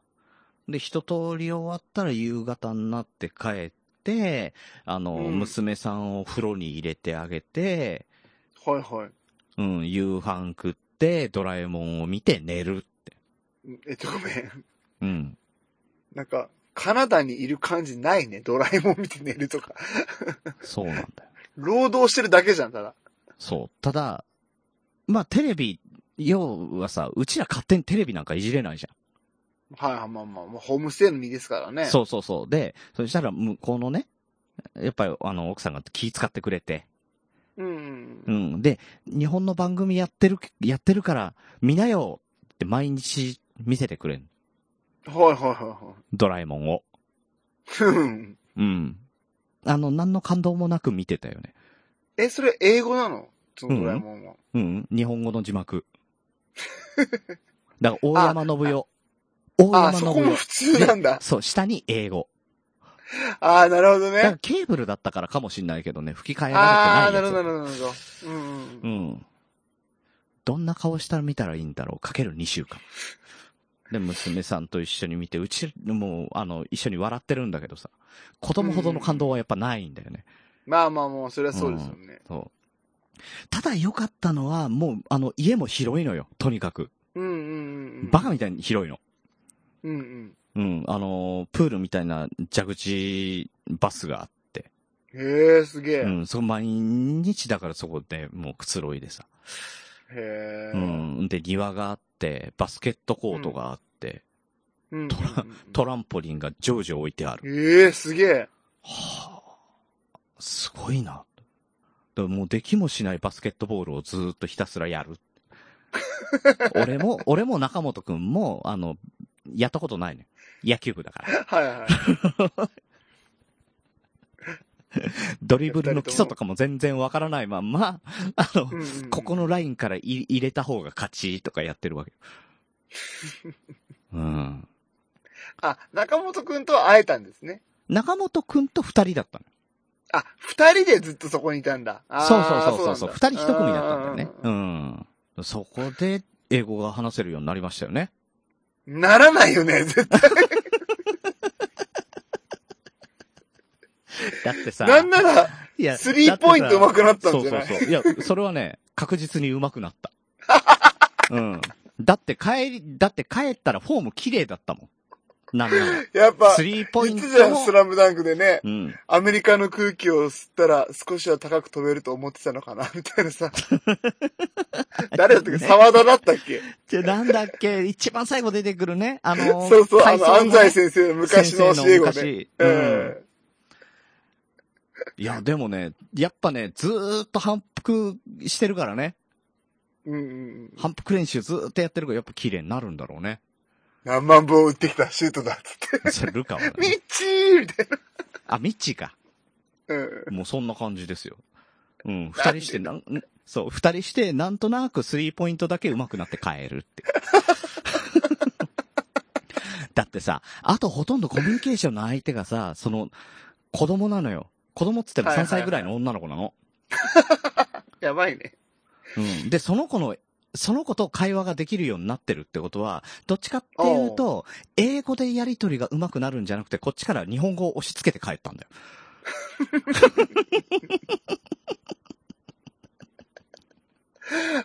で、一通り終わったら夕方になって帰って、あの、うん娘さんを風呂に入れてあげて、はいはい。うん、夕飯食って、ドラえもんを見て寝るって。えっと、ごめん。うん。なんか、カナダにいる感じないね。ドラえもん見て寝るとか。そうなんだよ。 労働してるだけじゃん、ただ。そう。ただ、まあ、テレビ、要はさ、うちら勝手にテレビなんかいじれないじゃん。はいはい、まあまあ、まあ、ホームステイの身ですからね。そうそうそう。で、そしたら向こうのね、やっぱりあの奥さんが気遣ってくれて、う。うんう。ん。で、日本の番組やってる、やってるから見なよって毎日見せてくれん。はいはいはドラえもんを。いはいうん。うん。あの、何の感動もなく見てたよね。え、それ英語なのそのドラえもんは。うん。日本語の字幕。 だから、大山信代。大あ山あ、そ信こも代。普通なんだ。そう、下に英語。ああ、なるほどだかねら。ケーブルだったからかもしんないけどね、吹き替えられてないあやあ、つ。なるほど、なるほど、なるほど。うんうん。うん。どんな顔したら見たらいいんだろうかける2週 間。で、娘さんと一緒に見て、うち、もう、あの、一緒に笑ってるんだけどさ、子供ほどの感動はやっぱないんだよね。まあまあまあ、それはそうですよね。そう。ただ良かったのは、もう、あの、家も広いのよ、とにかく。うんうんうん。バカみたいに広いの。うんうん。うん、あのー、プールみたいな蛇口バスがあって、へえ、すげえ。うん、そこ毎日だからそこでもうくつろいでさ、へえ。うん、で、庭があって、バスケットコートがあって、うん。トラトランポリンが常時置いてある。ええ、すげえ。はあ、すごいな。だからもうできもしないバスケットボールをずーっとひたすらやる。 俺も、俺も中本くんも、あの、やったことないね。野球部だから。はい はい。ドリブルの基礎とかも全然わからないまんま、あの、うんうんうんここのラインからい入れた方が勝ちとかやってるわけ。うん。あ、中本くんとは会えたんですね。中本くんと二人だったの。あ、二人でずっとそこにいたんだ。あーそうそうそうそうそう。な二ん人一組だったんだよね。あーうん。そこで、英語が話せるようになりましたよね。ならないよね、絶対。だってさ。なんなら、いやスリーポイント上手くなったそんうじゃそうないそう。いや、それはね、確実に上手くなった。うん。だって帰り、だって帰ったらフォーム綺麗だったもん。なんなら。やっぱ、スリーポイ言ンっトてたじゃん、もス。ラムダンクでね。うん。アメリカの空気を吸ったら少しは高く飛べると思ってたのかな、み たいなさ。誰だったっけ 沢田だったっけで、なんだっけ、一番最後出てくるね。あのー、 そうそう、あ体操の、安ね西先生の昔の教え子先ね。生のうん昔。うん。いや、でもね、やっぱね、ずーっと反復してるからね。うんうんうん。反復練習ずーっとやってるから、やっぱ綺麗になるんだろう ね。何万本打ってきたシュートだっつって。 それルカは、ミね。ッチーみたいあ、ミッチーか。な。うん。もうそんな感じですよ。うん、二人して、なん、そう、二人して、なんとなくスリーポイントだけ上手くなって帰るっ て。だってさ、あとほとんどコミュニケーションの相手がさ、その、子供なのよ。子供っつってもはいはい3はい歳ぐらいの女の子なの。やばいね。うん。で、その子の、その子と会話ができるようになってるってことは、どっちかっていうと、英語でやりとりが上手くなるんじゃなくて、こっちから日本語を押し付けて帰ったんだよ。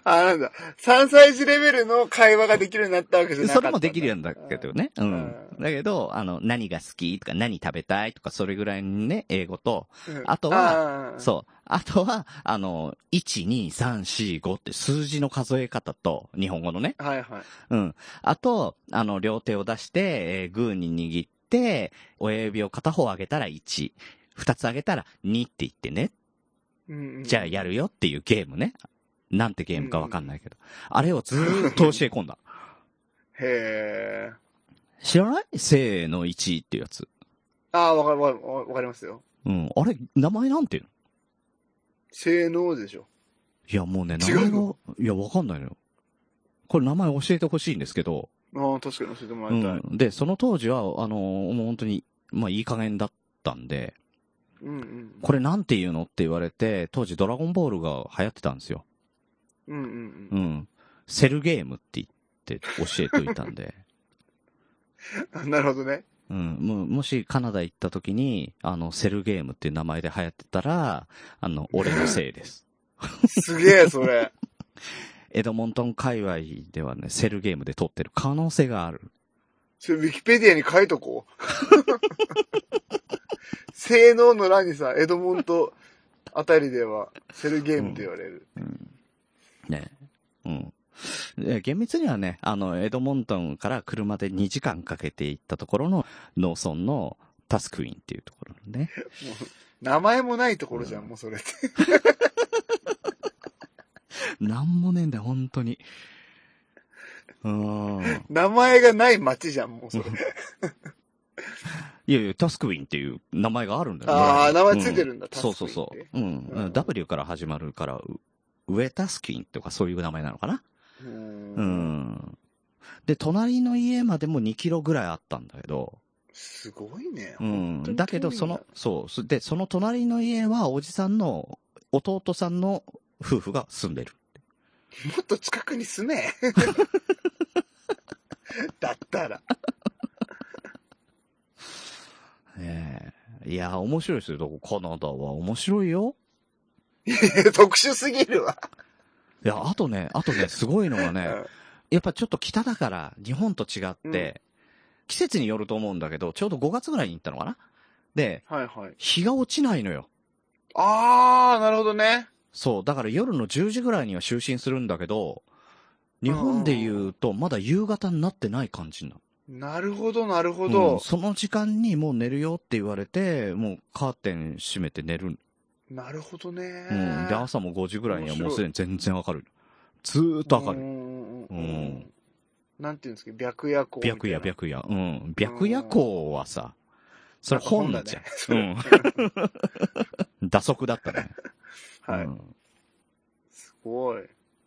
あ、なんだ。3歳児レベルの会話ができるようになったわけじゃなかっそたれんだ。もできるんだけどね。ううんん。だけど、あの、何が好きとか何食べたいとか、それぐらいのね、英語と、うん。あとはあー、そう。あとは、あの、1、2、3、4、5って数字の数え方と、日本語のね。はいはい。うん。あと、あの、両手を出して、えーグーに握って、親指を片方上げたら1、二つ上げたら2って言ってね。うんうんじゃあやるよっていうゲームね。なんてゲームかわかんないけど。あれをずーっと教え込ん だ。へえ。知らないせーの1っていうやつ。ああ、わかるわかるわかりますよ。うん。あれ、名前なんていうの性能でしょ。いや、もうね、名違前うのが、いや、わかんないのよ。これ名前教えてほしいんですけど、ああ、確かに教えてもうらいたい。ん。で、その当時は、あの、もう本当に、まあ、いい加減だったんで、うんうん。これなんて言うのって言われて、当時ドラゴンボールが流行ってたんですよ。うんうんううん。ん。セルゲームって言って教えておいたんで。 あなるほどね。うん、もうもしカナダ行った時に、あの、セルゲームっていう名前で流行ってたら、あの、俺のせい です。すげえ、それ。エドモントン界隈ではね、セルゲームで撮ってる可能性がある。それ、ウィキペディアに書いとこう。 性能の欄にさ、エドモントあたりでは、セルゲームって言われる。ね。うん。で厳密にはね、あの、エドモントンから車で2時間かけて行ったところの農村のタスクインっていうところのね。名前もないところじゃん、もうそれって。なんもねえんだよ、本当に。うーん。名前がない街じゃん、もうそれ。いやいや、タスクインっていう名前があるんだよ。あーもう名前ついてるんだうタスクそうそウィンうそってう。うん。うん W から始まるから、ウウェタスキンとかそういう名前なのかな。う。うんん。で、隣の家までも2キロぐらいあったんだけど、すごいね。う本ん当。にだけど、遠いその、そうす。で、その隣の家はおじさんの、弟さんの夫婦が住んでる。もっと近くに住 め。だったら。ええいや、面白いですよ。どこカナダは面白いよ。特殊すぎるわ。いや、あとね、あと ね、すごいのがね、やっぱちょっと北だから、日本と違って、うん季節によると思うんだけど、ちょうど5月ぐらいに行ったのかなで、はいはい。日が落ちないのよ。あー、なるほどね。そう、だから夜の10時ぐらいには就寝するんだけど、日本で言うと、まだ夕方になってない感じになる。なるほど、なるほうんど。その時間にもう寝るよって言われて、もうカーテン閉めて寝る。なるほどね。うん。で、朝も5時ぐらいにはもうすでに全然明るい。ずーっと明るい。うんうんうんううんんなんていうんですか、白夜行みたいな。白夜、白夜。うん。白夜行はさ、それ本なんじゃん。なんかうん。打足だったね。。はいうんすごい。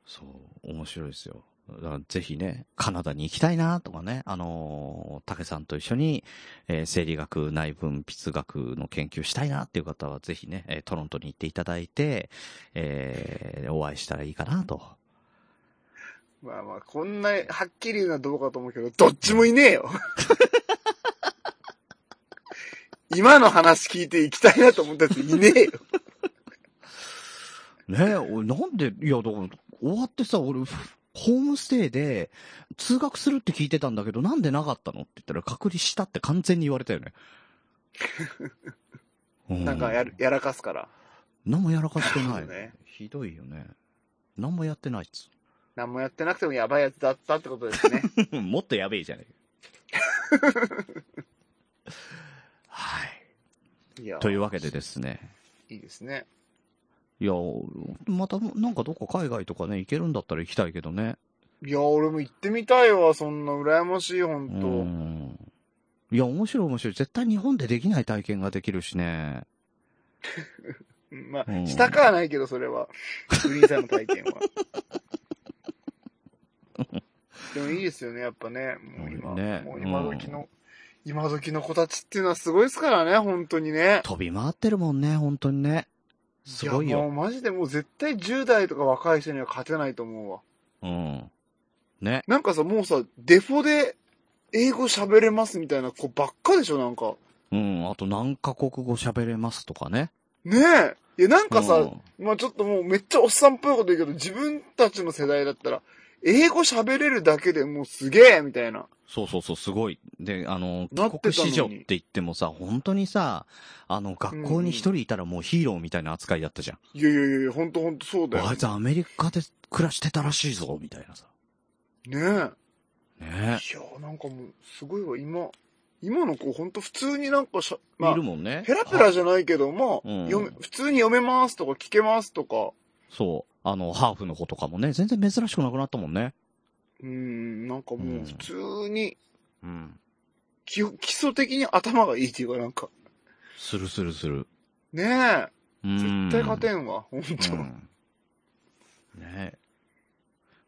そう、面白いですよ。だからぜひね、カナダに行きたいなとかね、あのー、竹さんと一緒に、えー生理学、内分泌学の研究したいなっていう方は、ぜひね、えートロントに行っていただいて、えーお会いしたらいいかなと。まあまあ、こんな、はっきり言うのはどうかと思うけど、どっちもいねえ よ。今の話聞いて行きたいなと思ったやついねえよ。ねえ、おなんで、いや、だから、終わってさ、俺、ホームステイで、通学するって聞いてたんだけど、なんでなかったのって言ったら、隔離したって完全に言われたよね。 うなんかやる、やらかすから。何もやらかしてなそうい。ねひどいよね。何もやってないっつ。何もやってなくてもやばいやつだったってことですね。 もっとやべえじゃねえ はい。いや、というわけでですね。いいですね。いや、またなんかどっか海外とかね、行けるんだったら行きたいけどね。いや、俺も行ってみたいわ、そんな羨ましい、ほうんと。ん。いや、面白い面白い。絶対日本でできない体験ができるしね。うんまあ、うんしたかはないけど、それは。グリーンさんの 体験は。でもいいですよね、やっぱね。もう今、ねもう今時の、今時の子たちっていうのはすごいですからね、本当にね。飛び回ってるもんね、本当にね。すごいやもよ。うマジでもう絶対10代とか若い人には勝てないと思うわ。うん。ね。なんかさ、もうさ、デフォで英語喋れますみたいな子ばっかでしょ、なんか。うん。あと何カ国語喋れますとかね。ねえ。いや、なんかさ、うんまあちょっともうめっちゃおっさんっぽいこと言うけど、自分たちの世代だったら、英語喋れるだけでもうすげえみたいな。そうそうそう、すごい。で、あの、なっ帰てたのに国子女って言ってもさ、本当にさ、あの、学校に一人いたらもうヒーローみたいな扱いだったじゃん。いやいやいやいや、ほんとほんとそうだよあい。つアメリカで暮らしてたらしいぞ、みたいなさ。ねえ。いや、ねなんかもう、すごいわ、今。今の子ほんと普通になんかしゃ、まいある、もんね。ペラペラじゃないけど、まあ、うん読め、普通に読めますとか聞けますとか、そう。あの、ハーフの子とかもね、全然珍しくなくなったもんね。うん、なんかうもんう普通に、うん。基本基礎的に頭がいいっていうかなんか、するするする。ねえ、うん絶対勝てんわ、ほんと。うんねえ。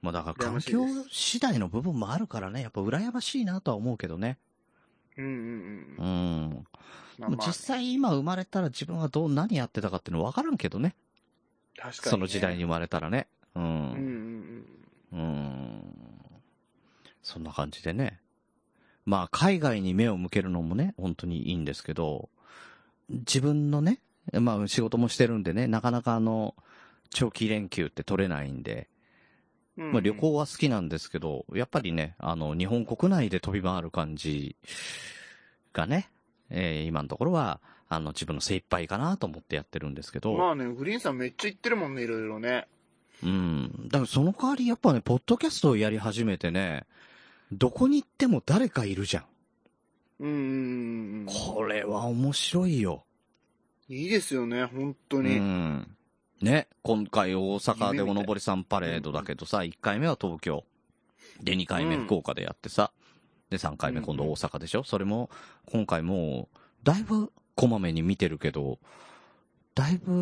まあだから羨環ましい境です次第の部分もあるからね、やっぱ羨ましいなとは思うけどね。うんううんうん。ん。まあもうまあ実際今生まれたら自分はどう、何やってたかっていうの分からんけどね。確かにねその時代に。生まれたらね。ううんうんん。うん。うん。そんな感じでね。まあ海外に目を向けるのもね、本当にいいんですけど、自分のね、まあ仕事もしてるんでね、なかなかあの、長期連休って取れないんで、まあ、旅行は好きなんですけど、やっぱりね、あの、日本国内で飛び回る感じがね、えー今のところは、あの、自分の精一杯かなと思ってやってるんですけど、まあね、グリーンさんめっちゃ行ってるもんね、いろいろね。うん。だからその代わりやっぱね、ポッドキャストをやり始めてね、どこに行っても誰かいるじゃん。うんうんうんうん。これは面白いよ。いいですよね、本当うに。ん。ね、今回大阪でおのぼりさんパレードだけどさ、1回目は東京。で、2回目うん福岡でやってさ。で、3回目今度大阪でしょ、それも、今回もう、だいぶこまめに見てるけど、だいぶ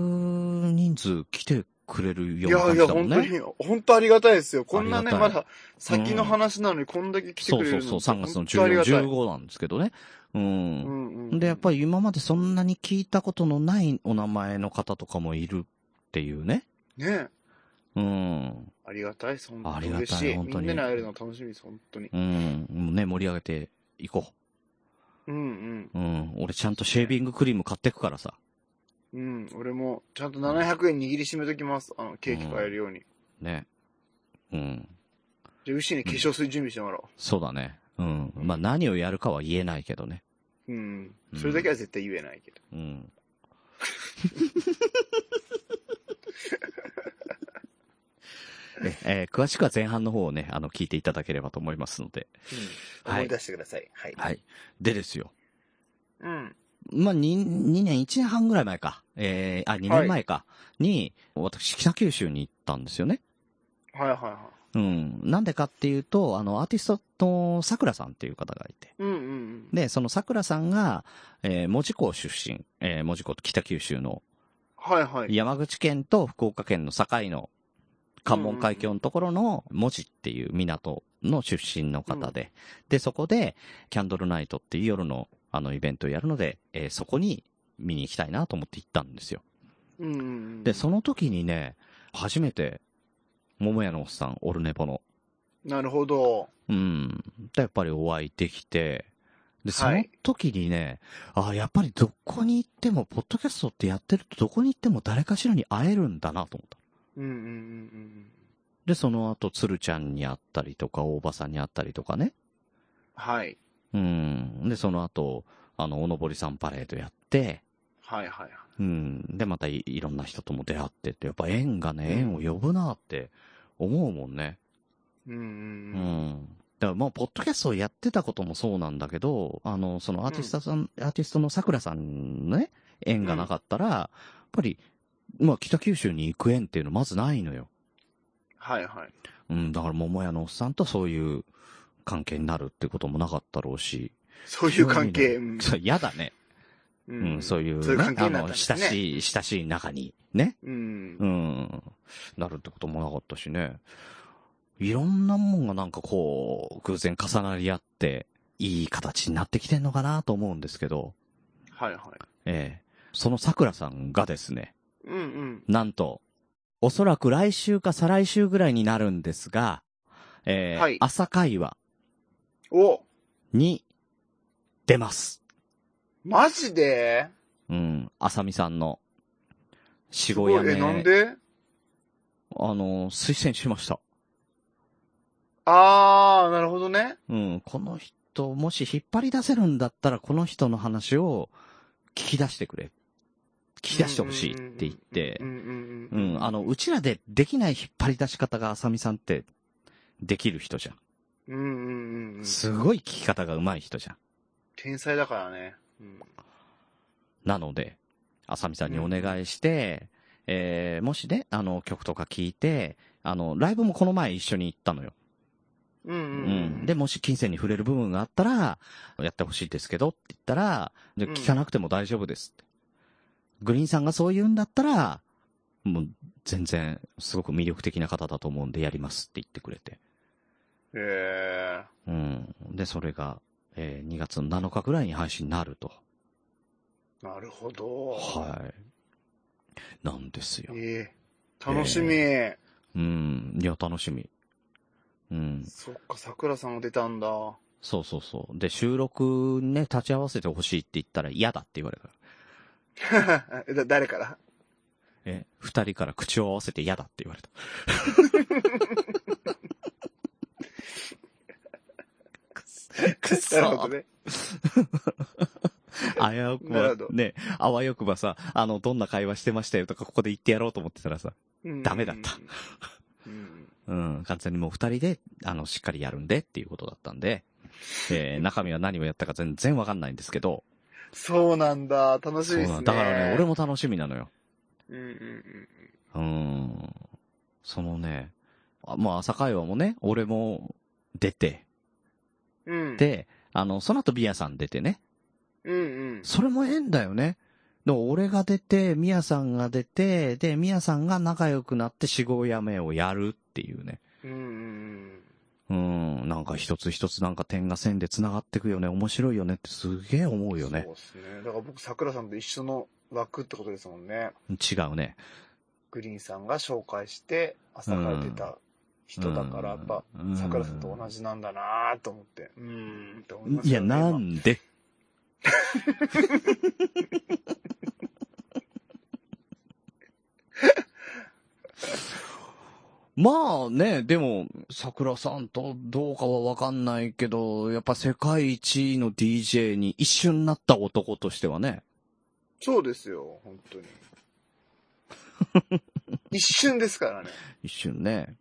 人数来てくれるよいうなや感いじや、だもん本ね。当に、本当ありがたいですよ。こんなあね、りがたまいだ先の話なのにこんだけ来てそくうれそるうのそう、3月の本当あり14がたい。 15なんですけどね。うん。うんうん。で、やっぱり今までそんなに聞いたことのないお名前の方とかもいるっていうね。り。ねうん。ありがたいです、本あ当りに。がたい嬉しい。本み当にんなに会えるの楽しみです、本当に。うん。もうね、盛り上げていこうんう。うん。俺ちゃんとシェービングクリーム買ってくからさ。うん。うん、俺も、ちゃんと700円握りしめときます。あの、ケーキ買えるように。ね。うん。じゃあ、牛に化粧水準備してもらおそうだね。うん。まあ何をやるかは言えないけどね。う。うん。それだけは絶対言えないけど。うん。 ええー詳しくは前半の方をね、あの、聞いていただければと思いますので。うんはい思い出してください。はい。はい。でですよ。うん。まあ、2、2年、1年半ぐらい前か。えー、あ、2年前か。に、私、北九州に行ったんですよね。はいはいはうん。なんでかっていうと、あの、アーティストの桜さんっていう方がいて。い。うんうんうん。で、その桜さんが、えー、門司港出身。えー、門司港と北九州の、はいはい。山口県と福岡県の境の、関門海峡のところの門司っていう港の出身の方で、で、そこで、キャンドルナイトっていう夜の、あの、イベントをやるので、えーそこに見に行きたいなと思って行ったんですよ。うんうんうん。で、その時にね、初めて、桃屋のおっさん、オルネポの、なるほど。うん、とやっぱりお会いできて、で、そはのい時にね、あやっぱりどこに行っても、ポッドキャストってやってるとどこに行っても誰かしらに会えるんだなと思った。うんうんうんうん。で、その後、鶴ちゃんに会ったりとか、大場さんに会ったりとかね。はい。うん。で、その後、あの、おのぼりさんパレードやって、はいはいはい。うん。で、またいいろんな人とも出会ってって、やっぱ縁がね、縁を呼ぶなって思うもんね。うんううんん。だからまあ、ポッドキャストをやってたこともそうなんだけど、あの、そのアーティストさん、アーティストの桜さんのね、縁がなかったら、やっぱり、まあ、北九州に行く縁っていうのまずないのよ。はいはい。うん、だから桃屋のおっさんとそういう関係になるってこともなかったろうし。そういう関そ係。うういうんのそう嫌だね。ううん、そういう、ね、そういう関係あになったんの、です親ねしい、親しい中に、ね。うんう。ん。なるってこともなかったしね。いろんなもんがなんかこう、偶然重なり合って、いい形になってきてんのかなと思うんですけど、はいはい。ええその桜さんがですね、うんうん。なんと、おそらく来週か再来週ぐらいになるんですが、ええはい朝会話おに出ます。マジでうん、あさみさんの、死後やめ。え、なんであの、推薦しました。あー、なるほどね。うん、この人、もし引っ張り出せるんだったら、この人の話を聞き出してくれ。聞き出してほしいって言ってうん、うんううん。ん、あの、うちらでできない引っ張り出し方が浅見さんって、できる人じゃうんうんうんん。。すごい聞き方が上手い人じゃん。天才だからね。うんなので、浅見さんにお願いして、えー、もしね、あの、曲とか聞いて、あの、ライブもこの前一緒に行ったのよ。うんう。うんん。で、、もし金銭に触れる部分があったら、やってほしいですけどって言ったら、じゃあうん聞かなくても大丈夫ですって。グリーンさんがそう言うんだったら、もう全然、すごく魅力的な方だと思うんでやりますって言ってくれて。えうん。で、それが、えー2月の7日ぐらいに配信になると。ー、なるほど。はい。なんですよ。えー、楽しみ。うん。いや、楽しみ。うん。そっか、桜さんも出たん だ。そうそうそう。で、収録ね、立ち会わせてほしいって言ったら嫌だって言われたから。えだ誰からえ、二人から口を合わせて嫌だって言われ た。くっくっなるそほど。ね。あやうくなるばほど、ね、あわよくばさ、あの、どんな会話してましたよとか、ここで言ってやろうと思ってたらさ、うんダメだった。うんうん、完全にもう二人で、あの、しっかりやるんでっていうことだったんで、えー、中身は何をやったか全然わかんないんですけど、そうなんだ。楽しそいうですなね。んだからね、俺。も楽しみなのよ。うんうんうん。うん。そのね、あまあ、朝会話もね、俺も出て、うん、で、あの、その後ビアさん出てね。うんうん。それも縁だよね。でも俺が出て、ミヤさんが出て、で、ミヤさんが仲良くなって死後やめをやるっていうね。うんうんうん、なんか一つ一つなんか点が線で繋がってくよね。面白いよねってすげえ思う。うんよねそ。うですね。だから僕、桜さんと一緒の枠ってことですもんね。違うね。グリーンさんが紹介して、朝から出た人だから、やっぱ、うん、桜さんと同じなんだなぁと思って。うーん、と思いますいや、よね。な今んで まあね、でも、桜さんとどうかはわかんないけど、やっぱ世界一位の DJ に一瞬なった男としてはね。そうですよ、本当に。一瞬ですからね。一瞬ね。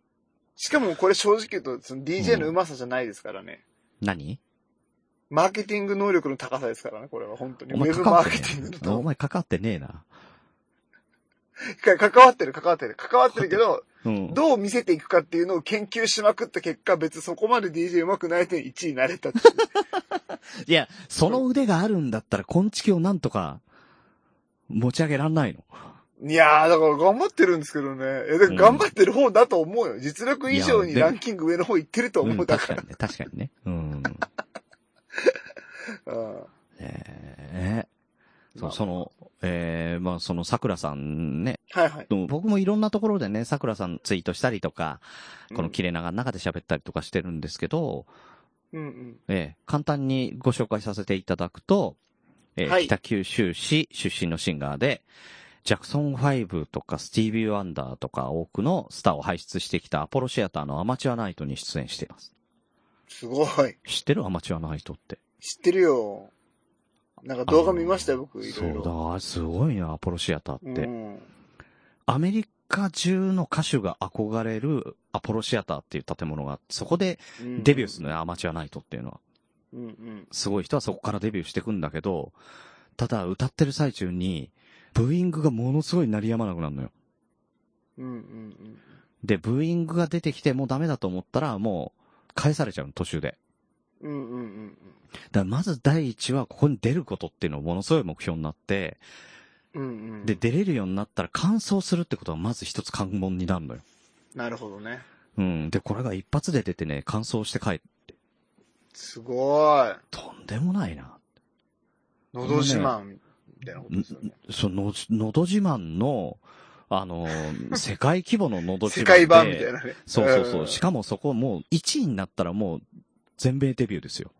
しかもこれ正直言うと、その DJ の上手さじゃないですからね。何マーケティング能力の高さですからね、これは本当に。おウェ前ブかマかっーケテてィンねグえな。のお高前かかってねえな。さ。関わってる、関わってる、関わってるけど、うん。どう見せていくかっていうのを研究しまくった結果、別にそこまで DJ 上手くない点1位になれ たっていう。いや、その腕があるんだったら、こんちきをなんとか、持ち上げらんないの。いやー、だから頑張ってるんですけどね。え、だから頑張ってる方だと思うよ。実力以上にいやでもランキング上の方行ってると思う、うんだ確かかにね、確かにね。うん。ら。うんええまそあう、その、ええまあ、その、桜さんね。はいはい。でも僕もいろんなところでね、桜さんツイートしたりとか、この切れ長の中で喋ったりとかしてるんですけど、うんうん。ええ簡単にご紹介させていただくと、ええはい北九州市出身のシンガーで、ジャクソン5とかスティービー・ワンダーとか多くのスターを輩出してきたアポロシアターのアマチュアナイトに出演しています。すごい。知ってるアマチュアナイトって。知ってるよ。なんか動画見ましたよ、僕、いろいろ。そうだ、あれすごいな、アポロシアターって。うん。アメリカ中の歌手が憧れるアポロシアターっていう建物があって、そこでうんデビューするのよ、アマチュアナイトっていうのは。うんうん。すごい人はそこからデビューしてくんだけど、ただ歌ってる最中に、ブーイングがものすごい鳴りやまなくなるのよ。うんうんで、ブーイングが出てきてもうダメだと思ったら、もう返されちゃうの、途中で。うん。うんうんうんだからまず第一は、ここに出ることっていうのをものすごい目標になって、うん。うんうん。で、、出れるようになったら完走するってことがまず一つ関門になるのよ。なるほどね。うん。で、これが一発で出てね、完走して帰って、すごい。とんでもないな。のど自慢みたいなことですよね。その、のど自慢の、あ のー、世界規模ののど自慢で。世界版みたいなね。そうそうそう。んしかもそこもう1位になったらもう全米デビューですよ。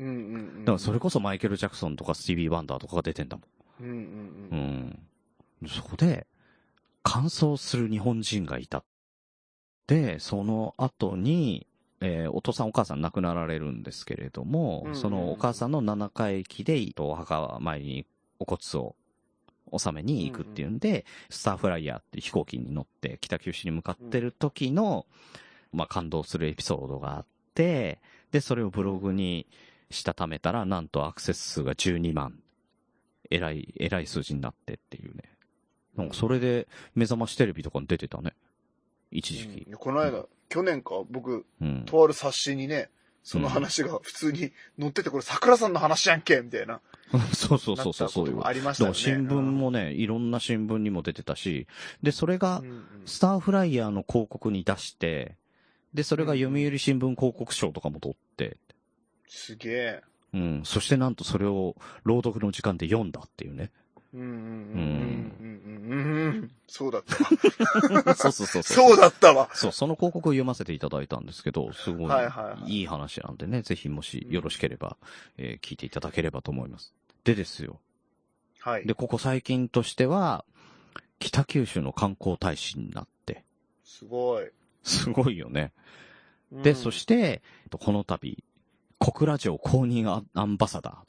うんうんうん。だからそれこそマイケル・ジャクソンとかスティービー・ワンダーとかが出てんだもうんうんん。うん。そこで、乾燥する日本人がいた。で、その後に、えーお父さんお母さん亡くなられるんですけれども、うんうんそのお母さんの七回忌で、お墓参りにお骨を納めに行くっていうんで、スターフライヤーっていう飛行機に乗って北九州に向かってる時の、まあ感動するエピソードがあって、で、それをブログにしたためたら、なんとアクセス数が12万。えらい、えらい数字になってっていうね。なんかそれで、目覚ましテレビとかに出てたね。一時期う。んこの間、去年か、僕、うん。とある冊子にね、その話が普通に載ってて、これ桜さんの話やんけみたいな。 そうそうそうそう、なったこそういとう。もありましだたかよら新ね。聞もね、いろんな新聞にも出てたし、で、それがうん、う、んスターフライヤーの広告に出して、で、それが読売新聞広告賞とかも取って、すげえ。うん、そしてなんとそれを朗読の時間で読んだっていう ね。うんうんうんうんうんうんうん。そうだったわ。そうそうそうそう。そうだったわ。そう、その広告を読ませていただいたんですけど、すごいはいはいはいいい話なんでね、ぜひもしよろしければ、えー聞いていただければと思います。でですよ。はいで、。ここ最近としては、北九州の観光大使になって、すごい。すごいよね。うんで、そして、えっとこの度、小倉城公認アアンバサダ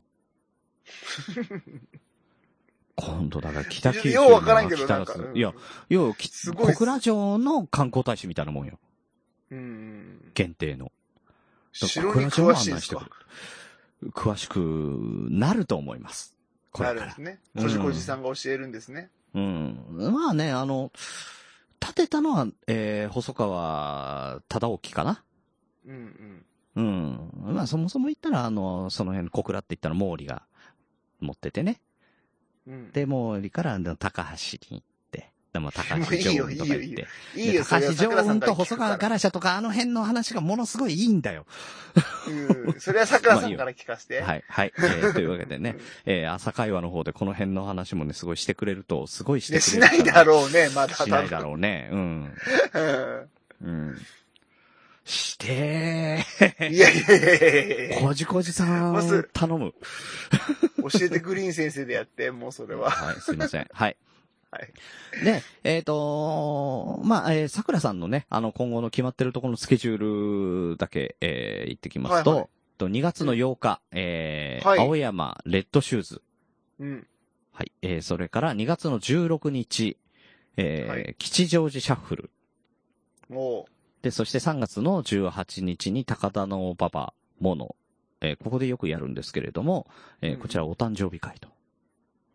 ー。 今度だから北九州ようわからんけど、北なんか。うんいや、、要はきすごいっ小す倉城の観光大使みたいなもんよ。うんうん。限定の。城に詳しいですか詳しくなると思います。これなるかんでらす。ね。うんこじこじさんが教えるんですね。うん。まあね、あの、建てたのは、えー、細川忠興かなうんうん。うん。まあそもそも言ったら、あの、その辺の小倉って言ったら毛利が持っててね。うん、で、毛利からあの高橋に行って。でも高橋常温とかもう いいよいいよ言いいっよて。いいでよ、そ高れは橋常桜さん温かとら聞く細から川ガラシャとかあの辺の話がものすごいいいんだよ。うん。それは桜さんから聞かせて。はい、はい。えーというわけでね、えー朝会話の方でこの辺の話もね、すごいしてくれると、すごいしでてくしれるかなら。いだろうね、まだ。しないだろうね。うん。うん。してうん。いやいやいやいやー。いやこじこじさもうすん、頼む。教えてグリーン先生でやって、もうそれは。はい、すいません。はい。はい。で、えっ、とまあ、えー、桜さんのね、あの、今後の決まってるところのスケジュールだけ、えー言ってきますと、はいはいと2月の8日、えーはい青山レッドシューズ。うん。はい。えーそれから2月の16日、えーはい吉祥寺シャッフル。もで、そして3月の18日に高田の馬場モノ。えーここでよくやるんですけれども、えーうんこちらお誕生日会と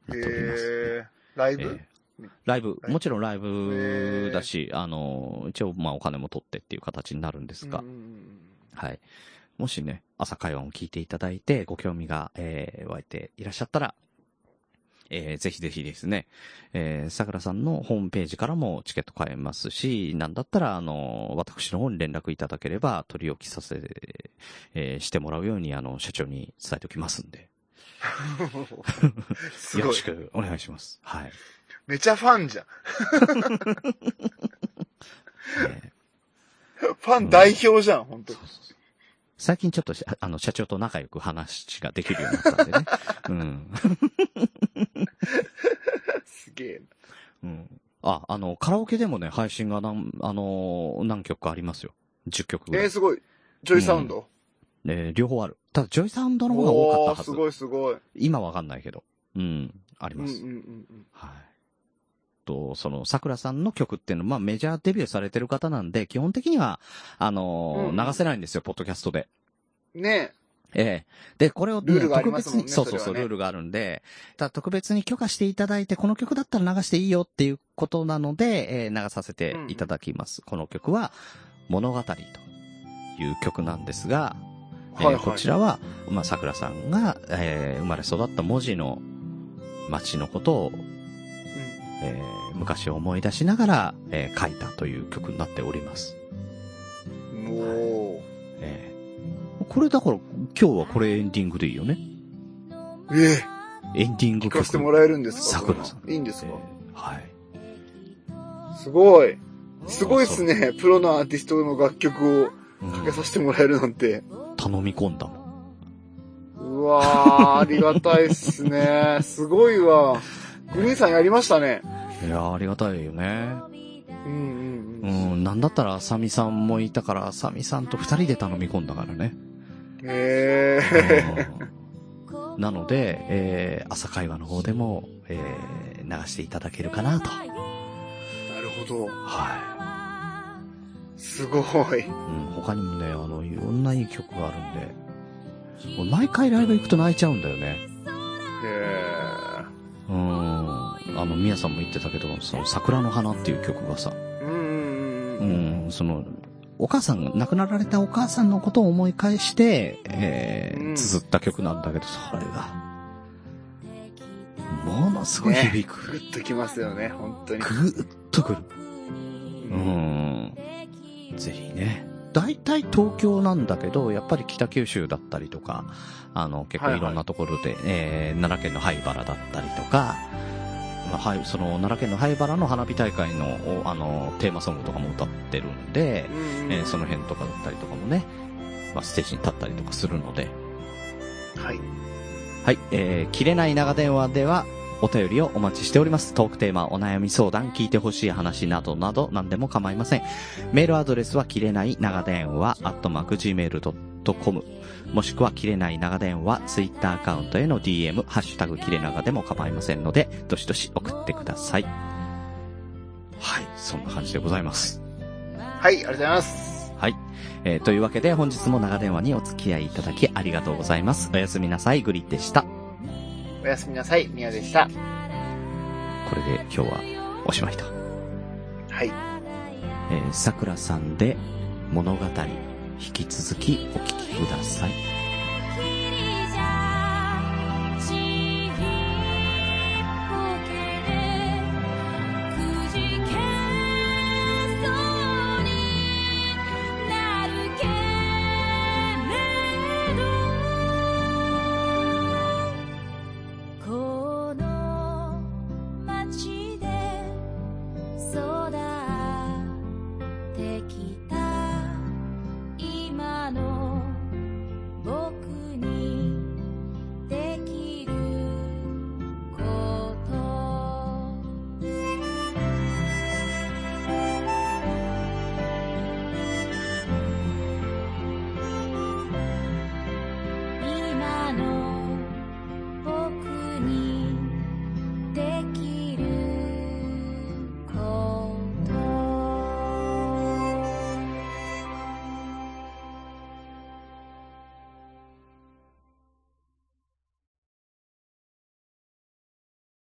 う、なっております。へえライえブーライブ、はいもちろんライブだし、あの、一応、まあ、お金も取ってっていう形になるんですが、うんうんうんはい。もしね、朝会話を聞いていただいて、ご興味が、えー湧いていらっしゃったら、えーぜひぜひですね、えー桜さんのホームページからもチケット買えますし、なんだったら、あの、私の方に連絡いただければ、取り置きさせ、えーしてもらうように、あの、社長に伝えておきますんで、 すよごろいし。くお願いします。はい。めちゃファンじゃん。えファン代表じゃん、本ー当そうそうそう最近ちょっとし、あの、社長と仲良く話ができるようになったんで ね。うん。すげえうん。あ、あの、カラオケでもね、配信が何、あのー何曲かありますよ。10曲ぐな。らい。えー、すごい。ジョイサウンド。えー両方ある。ただ、ジョイサウンドの方が多かおったー、はすず。ごいすごい。今わかんないけど。うん、ありうんうまんす。うんうん。はい。と、その、桜さんの曲っていうのは、まあ、メジャーデビューされてる方なんで、基本的には、あのーうん流せないんですよ、ポッドキャストで。ねええで、これをね、ルールがあり特ま別すもんねに、そうそうそれはねそう、ルールがあるんで、ただ特別に許可していただいて、この曲だったら流していいよっていうことなので、えー流させていただきます。この曲は、物語という曲なんですが、え。はいえーこはいち。らは、まあ、桜さんが、えー生まれ育った文字の町のことを、うんえー昔を思い出しながら、えー書いたという曲になっております。おえーこれだから、今日はこれエンディングでいいよね。ー。ええ。エンディング聞曲。かせてもらえるんですか桜さん。いいんですかえーはい。すごい。すごいっすね。プロのアーティストの楽曲をうんかけさせてもらえるなんて。頼み込んだもん。うわー、ありがたいっすね。すごいわ。グリーンさんやりましたね。いやーありがたいよね。うんううんうん。ん、なんだったら、あさみさんもいたから、あさみさんと二人で頼み込んだからね。へえ。うん なので、えー朝会話の方でも、えー流していただけるかなと。なるほど。はすごい。い。うん、他にもね、あの、いろんないい曲があるんで、俺毎回ライブ行くと泣いちゃうんだよね。へうん。あの、みやさんも言ってたけど、その、桜の花っていう曲がさ、え。うんうんううん。ん、その、お母さんが、亡くなられたお母さんのことを思い返して、えうー、ん綴った曲なんだけど、それが、ものすごい響く。グッときますよね、本当にぐ。ーっとくる。ううんん。ぜひね。大体東京なんだけど、やっぱり北九州だったりとか、あの、結構はいいはいろんなところで、えー、奈良県の灰原だったりとか、まあ、はい、その、奈良県の灰原の花火大会の、おあの、テーマソングとかも歌ってるんで、うんえーその辺とかだったりとかもね、まあ、ステージに立ったりとかするので、はい。はい、えー、切れない長電話では、お便りをお待ちしております。トークテーマ、お悩み相談、聞いてほしい話などなど、何でも構いません。メールアドレスは、切れない長電話、アットマーク、gmail.com。もしくは、切れない長電話、ツイッターアカウントへの DM、ハッシュタグ、切れ長でも構いませんので、どしどし送ってください。はい、そんな感じでございます。はい、ありがとうございます。はい。えーというわけで本日も長電話にお付き合いいただきありがとうございます。おやすみなさい、グリッでした。こおやすみなさい、みやでした。れで今日はおしまいと。はい。えー、桜さんで物語、引き続きお聞きください。